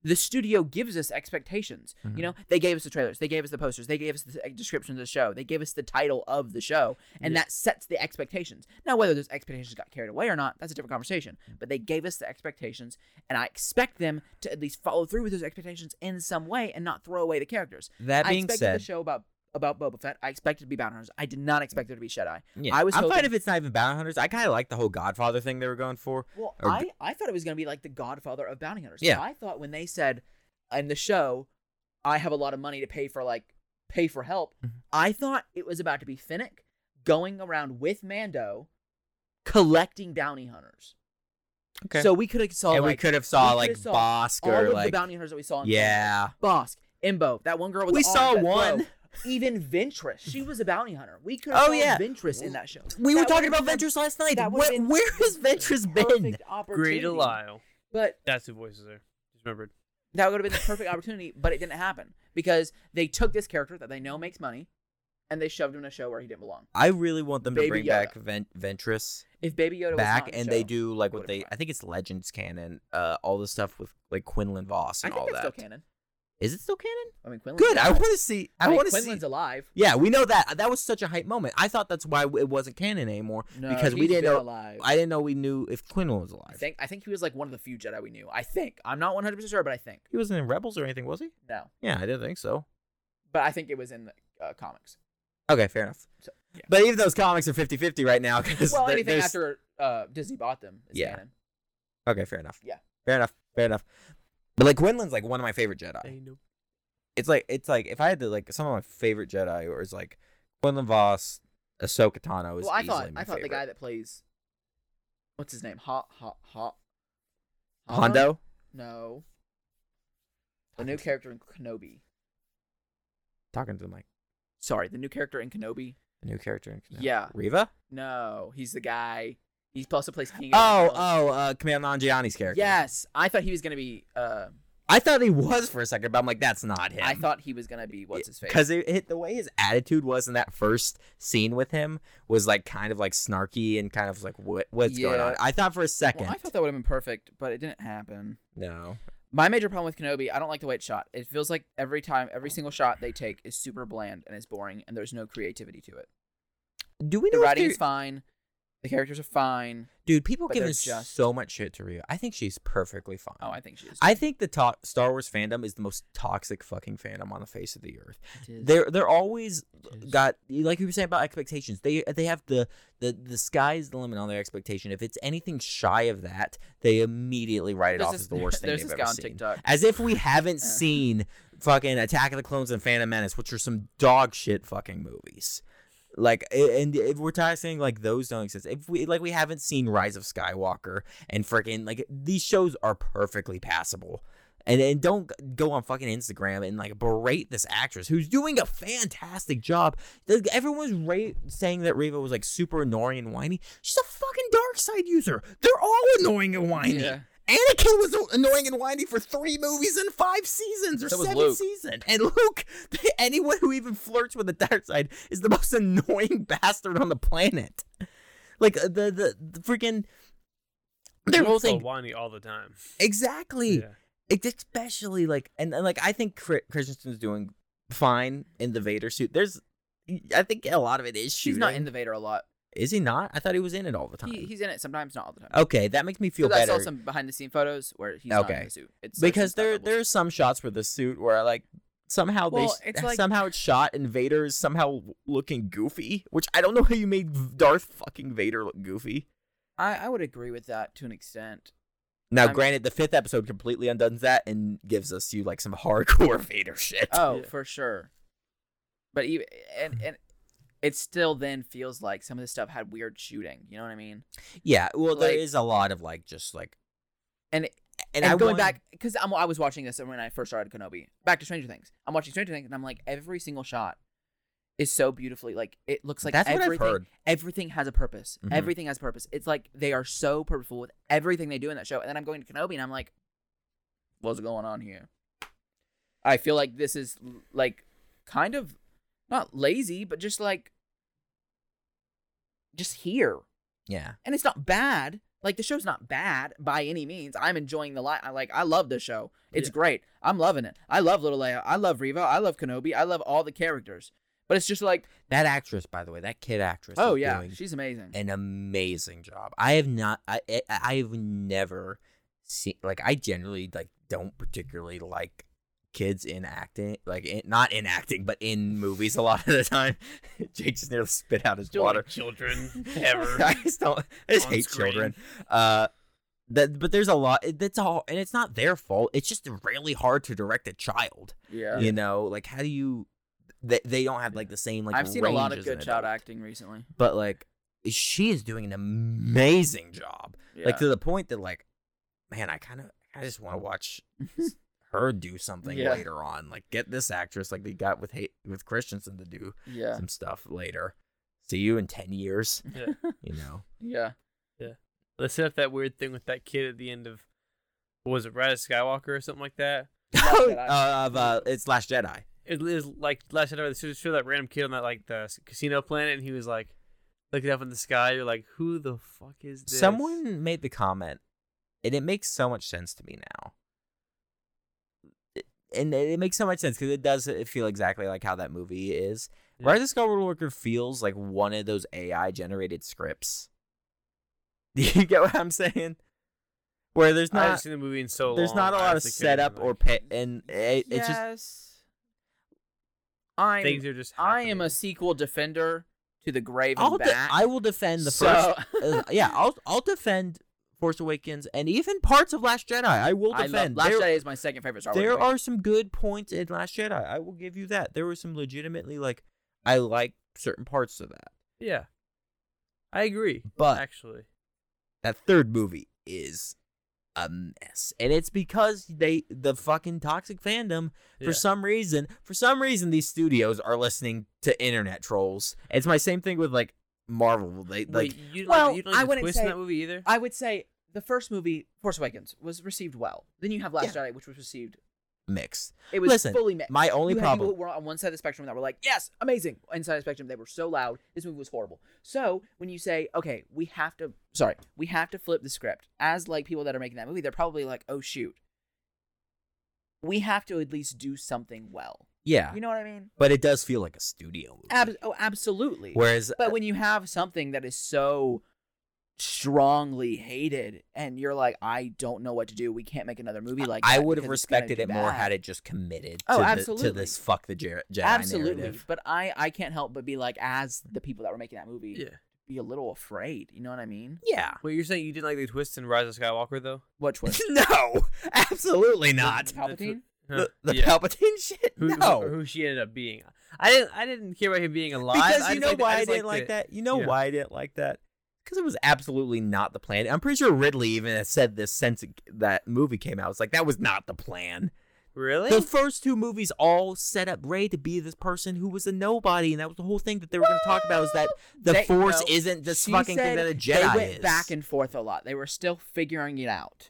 the studio gives us expectations. Mhm. You know, they gave us the trailers, they gave us the posters, they gave us the uh, description of the show, they gave us the title of the show, and Yeah. that sets the expectations. Now, whether those expectations got carried away or not, that's a different conversation. But they gave us the expectations, and I expect them to at least follow through with those expectations in some way and not throw away the characters. That I being expected said, the show about about Boba Fett. I expected it to be Bounty Hunters. I did not expect there to be Jedi. yeah, I was I'm fine hoping- if it's not even bounty hunters. I kind of like the whole Godfather thing they were going for. Well, Or I, I thought it was going to be like the Godfather of bounty hunters. Yeah. I thought when they said in the show, I have a lot of money to pay for like pay for help. Mhm. I thought it was about to be Finnick going around with Mando, collecting bounty hunters. Okay, So we could have saw and we Oh, like could have saw could like have saw Bosk all or of the like bounty hunters that we saw. In yeah, Bosk, Imbo, that one girl with we the saw arms that one. glow, Even Ventress, she was a bounty hunter. We could have Oh, saw yeah. Ventress in that show. We were That talking would've about been Ventress last night. that would've What, been where has Ventress a been? perfect opportunity. Great Lyle. But That's who voices her. Just remembered. That would have been the perfect opportunity, but it didn't happen because they took this character that they know makes money and they shoved him in a show where he didn't belong. I really want them to Baby bring Yoda. back Ven- Ventress. If Baby Yoda was back not in the and they show- do like it what would've they been I think it's Legends canon, uh all the stuff with like Quinlan Voss I and think all that's that. still canon. Is it still canon? I mean, Quinlan's Good. I alive. want to see I, mean, want to see Quinlan's alive. Yeah, we know that. That was such a hype moment. I thought that's why it wasn't canon anymore No, because we he's didn't been know Alive. I didn't know we knew if Quinlan was I alive. think I think he was like one of the few Jedi we knew. I think I'm not 100 percent sure, but I think He wasn't in Rebels or anything, was he? no. Yeah, I didn't think so. but I think it was in the uh, comics. Okay, fair enough. So, yeah. But even those comics are 50-50 right now because Well, anything after uh, Disney bought them is Yeah. canon. Okay, fair enough. Yeah. Fair enough. Fair enough. But like Gwendolyn's like one of my favorite Jedi. It's like it's like if I had to like some of my favorite Jedi or it's like Gwendolyn Voss, Ahsoka Tano is Well, I easily thought my I thought the favorite. guy that plays what's his name? Ha ha ha. Han? Hondo. No. The new character in Kenobi. talking to the mic. Sorry, the new character in Kenobi. The new character in Kenobi. Yeah. Riva? No, he's the guy. He's supposed to play King. Oh, Kong. oh, uh Kamal Nanjiani's character. Yes, I thought he was gonna be. Uh, I thought he was for a second, but I'm like, that's not him. I thought he was gonna be what's his face. because it, it- the way his attitude was in that first scene with him was like kind of like snarky and kind of like what what's going Yeah. on. I thought for a second, Well, I thought that would have been perfect, but it didn't happen. no, My major problem with Kenobi, I don't like the way it's shot. It feels like every time, every single shot they take is super bland and it's boring, and there's no creativity to it. do we The know? if writing they're- is fine. The characters are fine. Dude, people but giving they're just- so much shit to Rhea. I think she's perfectly fine. Oh, I think she is. I think the to- Star Wars fandom is the most toxic fucking fandom on the face of the earth. It is. They're they're always is. got like you were saying about expectations. They they have the the the sky's the limit on their expectation. If it's anything shy of that, they immediately write it There's off this- as the worst thing There's they've this ever guy on seen. TikTok. As if we haven't Yeah. seen fucking Attack of the Clones and Phantom Menace, which are some dog shit fucking movies. Like, a- and if we're tired of saying like those don't exist, if we like we haven't seen Rise of Skywalker and freaking like these shows are perfectly passable. And, and don't g- go on fucking Instagram and like berate this actress who's doing a fantastic job. The- Everyone's ra- saying that Reva was like super annoying and whiny. She's a fucking dark side user. They're all annoying and whiny. Yeah. Anakin was annoying and whiny for three movies and five seasons or So was seven Luke. seasons. And Luke, anyone who even flirts with the dark side is the most annoying bastard on the planet. Like uh, the the, the freaking their whole so thing whiny all the time. exactly. Yeah. It's especially like and, and like I think Cri- Christensen's doing fine in the Vader suit. There's I think a lot of it is shooting. She's not in the Vader a lot. Is he not? I thought he was in it all the time. He, he's in it sometimes, not all the time. okay, that makes me feel Because better. I saw some behind the scene photos where he's not in Okay. the suit. It's there's some because stuff there that we'll there are some shots with the suit where like somehow they Well, s- it's like- somehow it's shot and Vader is somehow looking goofy, which I don't know how you made V- Darth fucking Vader look goofy. I, I would agree with that to an extent. Now, I'm- granted, the fifth episode completely undoes that and gives us you like some hardcore Vader shit. Oh, Yeah. for sure. But even and and it still then feels like some of the stuff had weird shooting. You know what I mean? yeah, well, there like- is a lot of like just like And- and, And, I going want- back because I'm I was watching this when I first started Kenobi. Back to Stranger Things. I'm watching Stranger Things and I'm like every single shot is so beautifully like it looks like that's what everything I've heard. everything has a purpose. Mhm. Everything has purpose. It's like they are so purposeful with everything they do in that show. And then I'm going to Kenobi and I'm like, what's going on here? I feel like this is l- like kind of not lazy, but just like just here. Yeah, And it's not bad. Like the show's not bad by any means. I'm enjoying the lot. I like I love the show. It's Yeah. great. I'm loving it. I love Little Leia. I love Reva. I love Kenobi. I love all the characters. But it's just like, that actress, by the way, that kid actress. oh is yeah, doing she's amazing. an amazing job. I have not. I I- I have never seen like I generally like don't particularly like kids in acting like in, not in acting but in movies a lot of the time. Jake just nearly spit out his Still water. like children ever. I just don't. I just on hate screen. children. Uh, that but there's a lot. it- That's all, and it's not their fault. It's just really hard to direct a child. yeah. You know, like how do you? They, they don't have like the same like. I've seen a lot of range as an good child adult. acting recently. but like she is doing an amazing job like to the point that like man i kind of i just want to watch her do something Yeah. later on like get this actress like they got with Ha- with christensen to do yeah, some stuff later see you in 10 years Yeah. you know yeah. They set up that weird thing with that kid at the end of what was it Rise of Skywalker or something like that? Jedi. Uh, of uh it's last jedi It is like last night they showed that random kid on that like the s- casino planet, and he was like looking up in the sky. You're like, who the fuck is this? someone made the comment and it makes so much sense to me now It- and it it makes so much sense because it does feel exactly like how that movie is. Yeah. Rise of Skywalker feels like one of those AI generated scripts. Do you get what I'm saying? Where there's I haven't not seen the movie in so long. there's not a I lot of honestly couldn't setup even, or like- pay, and it, it's just yes. I'm Things are just. I am a happening. sequel defender to the grave. I'll and de- back. I will defend the So- first. uh, yeah, I'll I'll defend Force Awakens and even parts of Last Jedi. I will I love- defend. Last there Jedi is my second favorite Star Wars. there movie. are some good points in Last Jedi. I will give you that. There were some legitimately like I like certain parts of that. Yeah. I agree. But- actually, That third movie is a mess, and it's because they the fucking toxic fandom Yeah. for some reason for some reason these studios are listening to internet trolls. It's my same thing with like Marvel. They like Wait, you don't Well, like, you don't like I the wouldn't twist in say- that movie either. I would say the first movie, Force Awakens, was received well. Then you have Last Jedi, which was received. mixed. It was Listen, fully mixed. My only you had problem people who were on one side of the spectrum that were like, "Yes, amazing." Inside of the spectrum, they were so loud. This movie was horrible. So when you say, "Okay, we have to," sorry, we have to flip the script. As like people that are making that movie, they're probably like, "Oh shoot, we have to at least do something well." Yeah, You know what I mean? but it does feel like a studio movie. Ab- oh, absolutely. Whereas, But when you have something that is so strongly hated, and you're like, "I don't know what to do. We can't make another movie like." I that would have because it's gonna respected do it more bad." had it just committed Oh, to, the, absolutely. to this fuck the Jer- Jedi absolutely narrative. but i i can't help but be like as the people that were making that movie Yeah. be a little afraid you know what i mean Yeah. Wait, you're saying you didn't like the twist in Rise of Skywalker though? which was no, absolutely not. The- the twi- Palpatine? Huh, The, the yeah. Palpatine shit? who, who- no. who, she ended up being. I didn't. I didn't care about him being alive. because I just you know liked- why I, just didn't liked like it. that? You know yeah. why I didn't like that? Because it was absolutely not the plan. I'm pretty sure Ridley even said this since it- that movie came out. It's like, that was not the plan. Really? The first two movies all set up Ray to be this person who was a nobody, and that was the whole thing that they were going to talk about is that the They- Force no, isn't this she fucking thing said that a they Jedi went is. back and forth a lot they were still figuring it out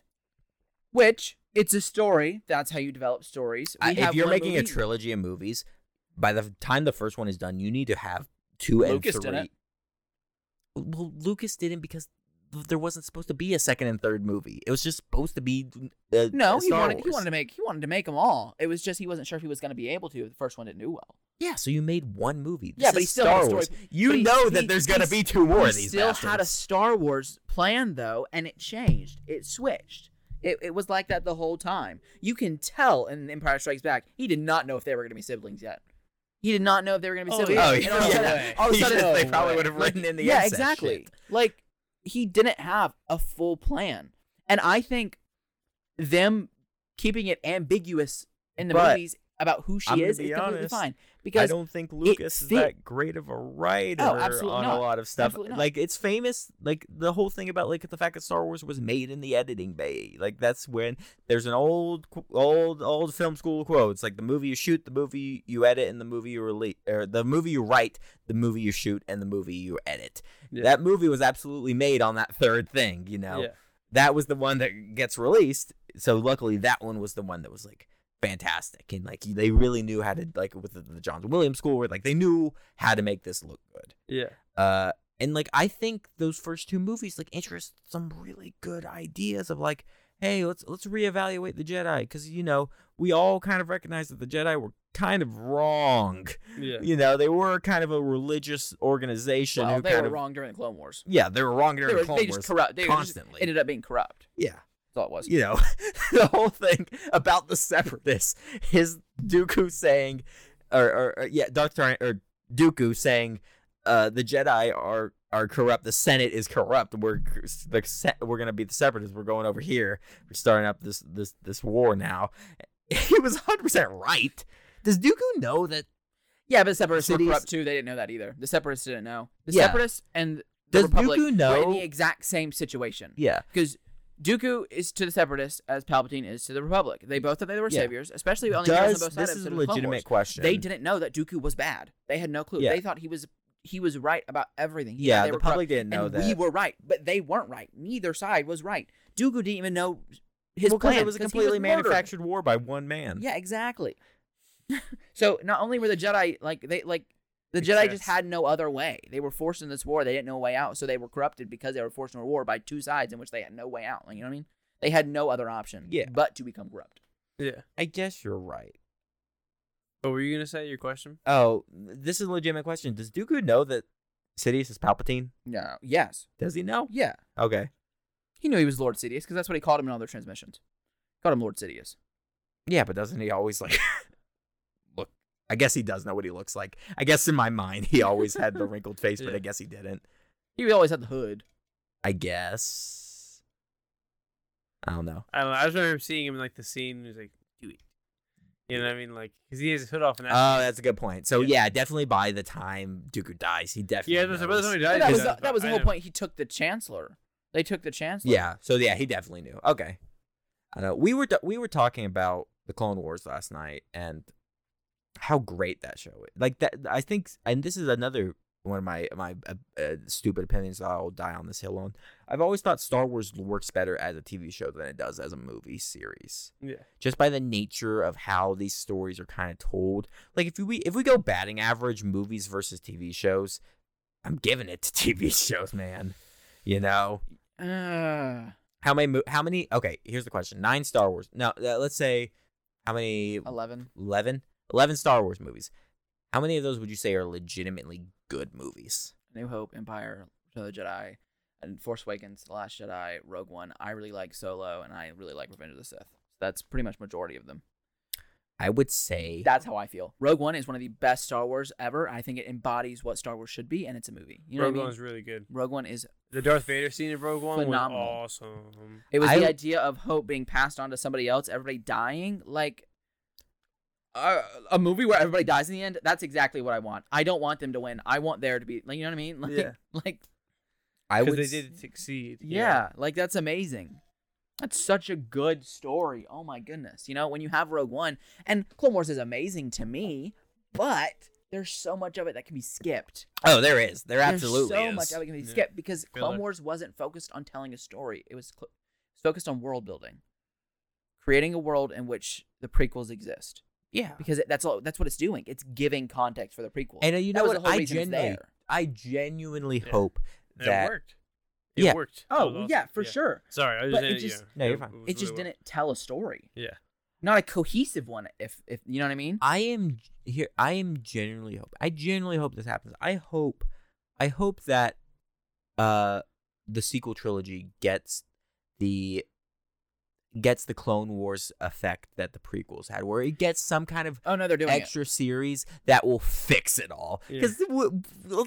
which it's a story that's how you develop stories I- We if have you're one making a movie- trilogy of movies, by the time the first one is done, you need to have two Lucas and did three. it. Well, Lucas didn't because th- there wasn't supposed to be a second and third movie. It was just supposed to be. Uh, no he Star wanted, Wars. he wanted to make he wanted to make them all it was just he wasn't sure if he was going to be able to the first one didn't do well Yeah, so you made one movie. Yeah, This but is he still had a Star story- Wars. You but he- know he- that there's gonna he's- be two more We of these. still had a bastards. Star Wars plan though, and it changed. It switched. It, it was like that the whole time. You can tell in Empire Strikes Back, he did not know if they were going to be siblings yet. He did not know if they were going to be Oh, siblings. yeah. Oh And yeah, all of a yeah. sudden- all of a Yes, sudden- "Oh, they probably way. would have written in the yeah, incest exactly. shit. Like he didn't have a full plan, and I think them keeping it ambiguous in the But movies about who she I'm gonna is be is completely honest, fine because I don't think Lucas is fit- that great of a writer Oh, absolutely on a not. lot of stuff. Absolutely not. Like it's famous, like the whole thing about like the fact that Star Wars was made in the editing bay. Like that's when there's an old, qu- old, old film school quote. It's like the movie you shoot, the movie you edit, and the movie you release, or the movie you write, the movie you shoot, and the movie you edit. Yeah. That movie was absolutely made on that third thing. You know, Yeah. that was the one that gets released. So luckily, that one was the one that was like fantastic, and like they really knew how to like with the, the John Williams score, like they knew how to make this look good. Yeah. Uh, and like I think those first two movies like interest some really good ideas of like, hey, let's let's reevaluate the Jedi because you know we all kind of recognize that the Jedi were kind of wrong. Yeah. You know, they were kind of a religious organization. well, who they kind were of, wrong during the Clone Wars. Yeah, they were wrong They, during were, the Clone they Wars. just corrupt. They were just- constantly. ended up being corrupt. yeah That's all it was. you know, the whole thing about the separatists is Dooku saying, or, or, or yeah, Darth Tyrion, or Dooku saying, uh, the Jedi are are corrupt. The Senate is corrupt. We're the se- we're gonna be the separatists. We're going over here. We're starting up this this this war now. He was hundred percent right. Does Dooku know that? Yeah, but the separatists were Cities- corrupt too. They didn't know that either. The separatists didn't know. The Yeah. separatists and the Does Republic Dooku were in know? the exact same situation Yeah, because Dooku is to the separatists as Palpatine is to the Republic. They both thought they were Yeah. saviors, especially on the on does both sides this is a of the Clone legitimate Wars. question? They didn't know that Dooku was bad. They had no clue. Yeah. They thought he was he was right about everything. He- Yeah, they the were corrupt, public didn't know and that. we were right, but they weren't right. Neither side was right. Dooku didn't even know his Well, 'cause plan It was a 'cause he completely murdered. manufactured war by one man. Yeah, exactly. so not only were the Jedi like they like the Makes Jedi sense. just had no other way. They were forced in this war. They didn't know a way out, so they were corrupted because they were forced into a war by two sides in which they had no way out. Like, you know what I mean? They had no other option Yeah. but to become corrupt. Yeah. I guess you're right. What were you gonna say? Your question? Oh, this is a legitimate question. Does Dooku know that Sidious is Palpatine? No. Yes. Does he know? Yeah. Okay. He knew he was Lord Sidious because that's what he called him in all their transmissions. Called him Lord Sidious. Yeah, but doesn't he always like look I guess he does know what he looks like. I guess in my mind he always had the wrinkled face, but Yeah. I guess he didn't. He always had the hood. I guess. I don't know. I don't know. I just remember seeing him in like the scene. He was like, "Do it," you know what I mean? Like, cause he has his hood off and that. Oh, that's a good point. So Yeah. yeah, definitely by the time Dooku dies, he definitely yeah, that's knows. by the time he dies, That, he was does, the, that was the but I whole know. point. He took the chancellor. They took the chancellor. Yeah. So yeah, he definitely knew. Okay. I know. We were we were talking about the Clone Wars last night and how great that show is. Like that I think and this is another one of my my uh, uh, stupid opinions that I'll die on this hill on. I've always thought Star Wars works better as a TV show than it does as a movie series. Yeah. Just by the nature of how these stories are kind of told. Like if we if we go batting average movies versus TV shows, I'm giving it to TV shows, man. You know. Uh, How many? mo- How many? Okay, here's the question: nine Star Wars. No, uh, let's say how many? Eleven. 11? 11 Star Wars movies. How many of those would you say are legitimately good movies? New Hope, Empire, Return of the Jedi, and Force Awakens, The Last Jedi, Rogue One. I really like Solo, and I really like Revenge of the Sith. That's pretty much majority of them. I would say. That's how I feel. Rogue One is one of the best Star Wars ever. I think it embodies what Star Wars should be, and it's a movie. You know Rogue what I mean? One's really good. Rogue One is. The Darth Vader scene in Rogue One Phenomenal. was awesome. It was I- the idea of hope being passed on to somebody else, everybody dying. Like a, a movie where everybody dies in the end. That's exactly what I want. I don't want them to win. I want there to be. Like you know what I mean? Like, Yeah. Like I Because would. they s- did succeed. Yeah, like that's amazing. That's such a good story. Oh my goodness. You know, when you have Rogue One and Clone Wars is amazing to me, but there's so much of it that can be skipped. Oh, there is. There absolutely There's so is. much of it can be Yeah. skipped because Clone Filler. Wars wasn't focused on telling a story. It was cl- it was focused on world building. Creating a world in which the prequels exist. yeah. Because it, that's all that's what it's doing. It's giving context for the prequels. And uh, you That know was the what? whole I reason it's genuinely, there. I genuinely Yeah. hope And that. it worked. It Yeah. worked. That Oh, was well, awesome. yeah, for sure. Sorry, I was But saying, it just- yeah, No, you're it fine. was It just really well- didn't tell a story. Yeah. Not a cohesive one if if you know what I mean? I am here. I am genuinely hope. I genuinely hope this happens. I hope, I hope that, uh, the sequel trilogy gets the gets the Clone Wars effect that the prequels had, where it gets some kind of Oh no, they're doing extra series that will fix it all. Yeah. Because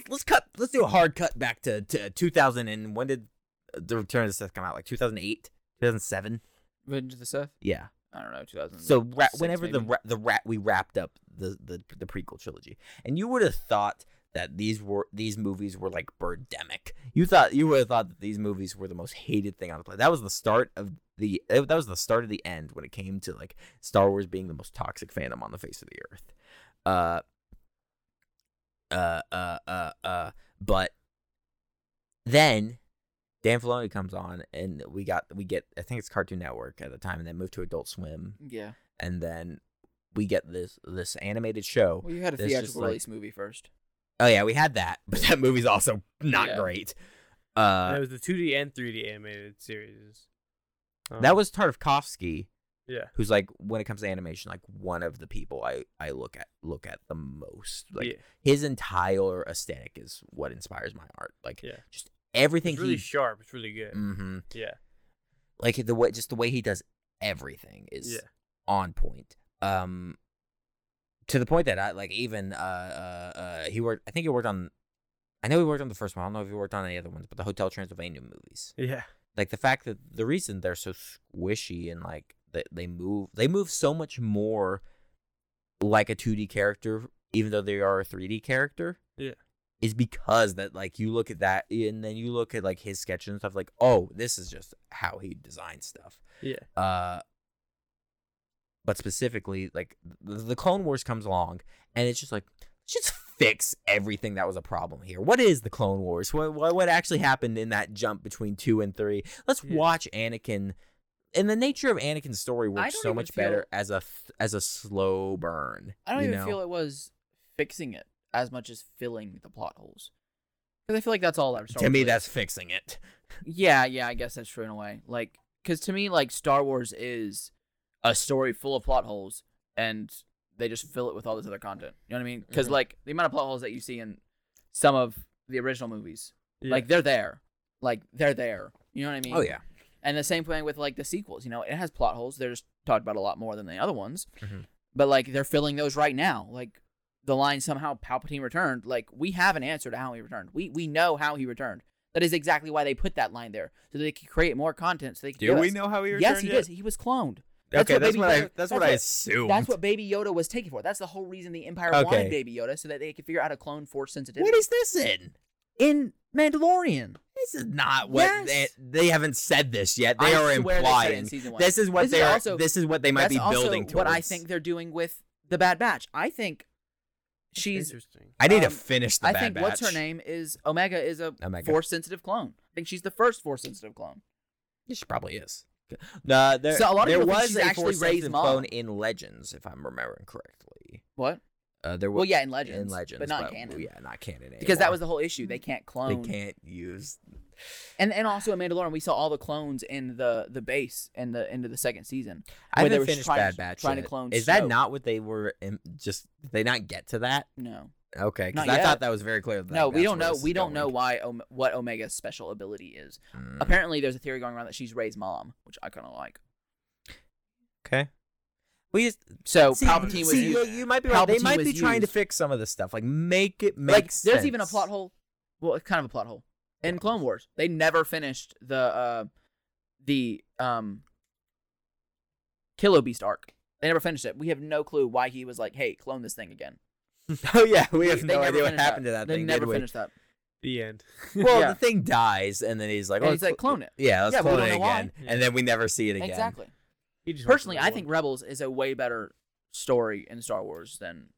let's cut. Let's do a hard cut back to, to 2000 and when did uh, the Return of the Sith come out? Like 2008, 2007. it. Revenge of the Sith. Yeah. I don't know, 2000. So ra- whenever the ra- the rat we wrapped up the, the the prequel trilogy, and you would have thought that these were these movies were like birdemic. You thought you would have thought that these movies were the most hated thing on the planet. That was the start of the eh, that was the start of the end when it came to like Star Wars being the most toxic fandom on the face of the earth. Uh. Uh. Uh. Uh. Uh. But then Dan Filoni comes on, and we got we get I think it's Cartoon Network at the time, and then moved to Adult Swim yeah, and then we get this this animated show. well, you had a Oh, That's just theatrical like- release movie first. Oh yeah, we had that, but that movie's also not Yeah. great. And Uh, that was the 2D and 3D animated series. Um, that was Tarkovsky, yeah. who's like when it comes to animation, like one of the people I I look at look at the most. Like yeah. his entire aesthetic is what inspires my art. Like Yeah. just everything It's really he, sharp. It's really good. Mm. hmm Yeah. like the way just the way he does everything is Yeah. on point. Um, to the point that I like even uh, uh uh he worked. I think he worked on. I know he worked on the first one. I don't know if he worked on any other ones, but the Hotel Transylvania movies. Yeah. Like the fact that the reason they're so squishy and like that they move, they move so much more like a 2D character, even though they are a 3D character. Yeah. Is because that like you look at that and then you look at like his sketches and stuff like oh this is just how he designs stuff Yeah. uh but specifically like th- the clone wars comes along and it's just like let's just fix everything that was a problem here what is the clone wars what what, what actually happened in that jump between 2 and 3 let's Yeah. watch anakin and the nature of anakin's story works don't so even much feel- better as a th- as a slow burn I don't you even know? feel it was fixing it as much as filling the plot holes. Because I feel like that's all that. Star to Wars me is. that's fixing it yeah, yeah. I guess that's true in a way. Like, because to me, like Star Wars is a story full of plot holes, and they just fill it with all this other content. You know what I mean? Because Mhm. like the amount of plot holes that you see in some of the original movies, Yeah. like they're there, like they're there. You know what I mean? oh yeah And the same thing with like the sequels. You know, it has plot holes. They're just talked about a lot more than the other ones. Mhm. But like they're filling those right now. Like the line somehow Palpatine returned, like we have an answer to how he returned. We we know how he returned. That is exactly why they put that line there, so they could create more content. So they could Do give we us- know how he returned? Yes, he it? does. He was cloned. That's Okay, what that's Baby what I Yoda- that's, that's what, I what- assumed. That's what Baby Yoda was taken for. That's the whole reason the Empire Okay. wanted Baby Yoda, so that they could figure out how to clone Force sensitivity. What is this in? in Mandalorian? This is not what Yes. they, they haven't said this yet. They I are swear they said it in implying. season one. This is what This is they are. also- this is what they might That's be building also towards. what I think they're doing with the Bad Batch. I think That's she's. interesting. I need um, to finish the I Bad think what's her Batch. name is Omega is a Omega. force sensitive clone. I think she's the first force sensitive clone. Yeah, She probably is. No, there, So a lot of there people think was she's a actually Force Rey's sensitive mom. clone in Legends, if I'm remembering correctly. What? Uh, there was Well, yeah, in Legends, in Legends, but not canon. Yeah, not canon. Because that anymore. was the whole issue. They can't clone. they can't use. And and also in Mandalorian, we saw all the clones in the the base and the end of the second season. I Where they haven't were finished trying to- Bad Batch. trying to yet. clone Is that Snoke. not what they were? In, just did they not get to that? No, Okay, because Not I yet. thought that was very clear. That no, we that's don't where know. this is We don't know going. why Ome- what Omega's special ability is. Mm. Apparently, there's a theory going around that she's Ray's mom, which I kind of like. Okay. We just So see, Oh, Palpatine was see, used. you, you might be right. They Palpatine might was be trying to used. fix some of this stuff. Like make it make like there's even a sense. plot hole well it's kind of a plot hole in clone wars they never finished the uh the um killo beast arc they never finished it we have no clue why he was like hey clone this thing again Oh yeah, we They- have they no never idea what finished happened to that they thing. never did we? finished that The end. Well, Yeah. the thing dies, and then he's like, and "Oh, he's like clone it yeah, let's Yeah, we clone don't it know why. again," and then we never see it again. exactly He just wants personally another i one. think rebels is a way better story in star wars than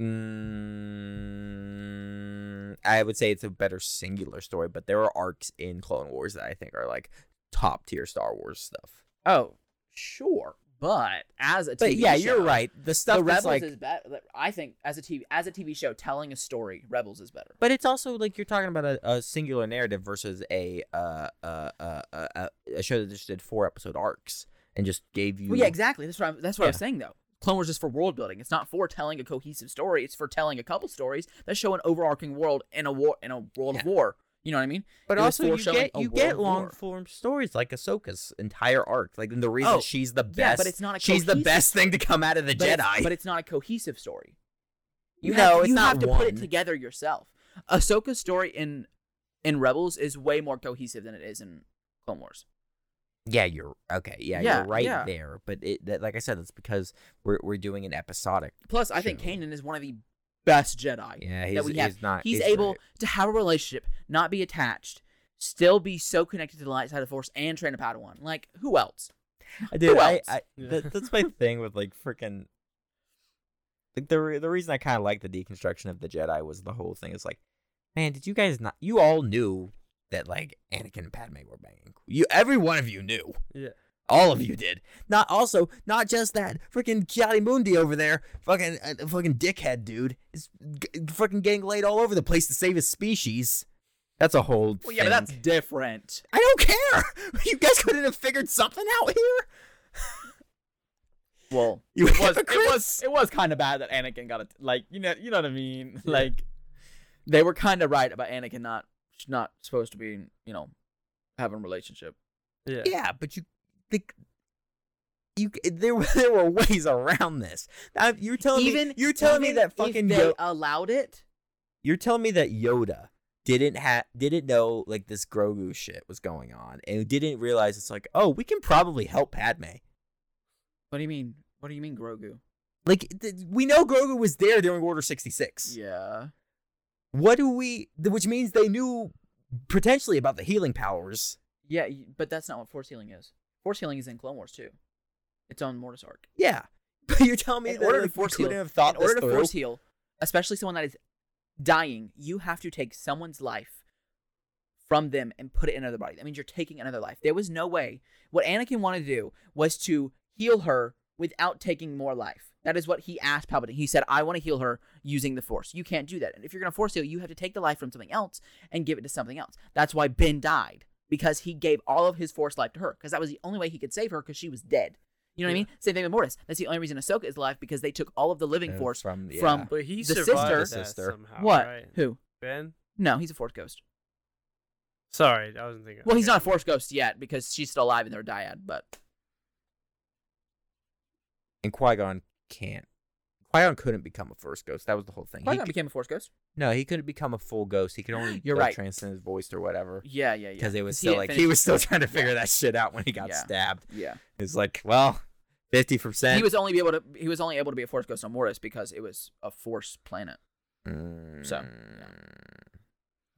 Mm, I would say it's a better singular story, but there are arcs in Clone Wars that I think are like top tier Star Wars stuff. oh sure but as a TV But yeah, show, you're right. The stuff the that's rebels like, is better i think as a tv as a tv show telling a story rebels is better but it's also like you're talking about a, a singular narrative versus a uh, uh, uh, uh, uh, a show that just did four episode arcs and just gave you Well, yeah, exactly. That's what I'm, that's what I was Yeah. saying though. Clone Wars is for world building. It's not for telling a cohesive story. It's for telling a couple stories that show an overarching world in a war in a world of war. You know what I mean? But It was also, you foreshadowing get a you world get war. long form stories like Ahsoka's entire arc, like and the reason Oh, she's the best. yeah, but it's not a she's the cohesive best thing to come out of the But Jedi. it's- but it's not a cohesive story. You No, have, it's you not have to put it one. together yourself. Ahsoka's story in in Rebels is way more cohesive than it is in Clone Wars. yeah, you're okay. Yeah, Yeah, you're right yeah. there. But it, that, like I said, that's because we're we're doing an episodic. Plus, I think True. Kanan is one of the best Jedi. Yeah, he's, that we have. he's not. He's, he's able right. to have a relationship, not be attached, still be so connected to the light side of the Force, and train a Padawan. Like who else? I Dude, I, else? I Yeah. that, that's my thing with like freaking. Like the re- the reason I kind of like the deconstruction of the Jedi was the whole thing is like, man, did you guys not? You all knew that like Anakin and Padme were banging. You every one of you knew. Yeah. All of you did. Not also not just that. Freaking Johnny Mundi over there, fucking uh, fucking dickhead dude, is g- fucking getting laid all over the place to save his species. That's a whole. thing. different. I don't care. You guys couldn't have figured something out here. Well, You it was it hypocrites. was it was kind of bad that Anakin got a like you know you know what I mean Yeah. like they were kind of right about Anakin not not supposed to be, you know, having a relationship. Yeah. Yeah, but you, the, you there were there were ways around this. Now, you're telling me you're telling me even that fucking if they Yo- allowed it. you're telling me that Yoda didn't ha didn't know like this Grogu shit was going on and didn't realize it's like oh we can probably help Padme. What do you mean? What do you mean, Grogu? Like th- we know Grogu was there during Order sixty six. Yeah. What do we? th- Which means they knew potentially about the healing powers. Yeah, y- but that's not what force healing is. Force healing is in Clone Wars too. It's on Mortis arc. Yeah, but you're telling me In that order like, to we force heal- couldn't have thought in order this to through? force heal, especially someone that is dying, you have to take someone's life from them and put it in another body. That means you're taking another life. There was no way. What Anakin wanted to do was to heal her without taking more life. That is what he asked Palpatine. He said, "I want to heal her using the Force. You can't do that. And if you're going to force heal, you have to take the life from something else and give it to something else." That's why Ben died because he gave all of his Force life to her because that was the only way he could save her because she was dead. You know what I Yeah. mean? Same thing with Mortis. That's the only reason Ahsoka is alive because they took all of the living Uh, force from yeah. from- But he The survived sister- that sister. somehow. What? Oh, Right? Who? Ben? No, he's a Force Ghost. Sorry, I wasn't thinking. Well, he's okay. not a Force Ghost yet because she's still alive in their dyad, but and Qui Gon can't. Qui-Gon couldn't become a first ghost. That was the whole thing. He Qui-Gon c- became a Force Ghost. no, he couldn't become a full ghost. He could only You're uh, right. transcend his voice or whatever. Yeah, yeah, yeah. Because it was 'Cause still hadn't like he finished was his still first- trying to figure yeah. that shit out when he got Yeah. stabbed. Yeah. It's like, well, fifty percent. He was only be able to he was only able to be a Force Ghost on Mortis because it was a Force planet. So, Makes sense.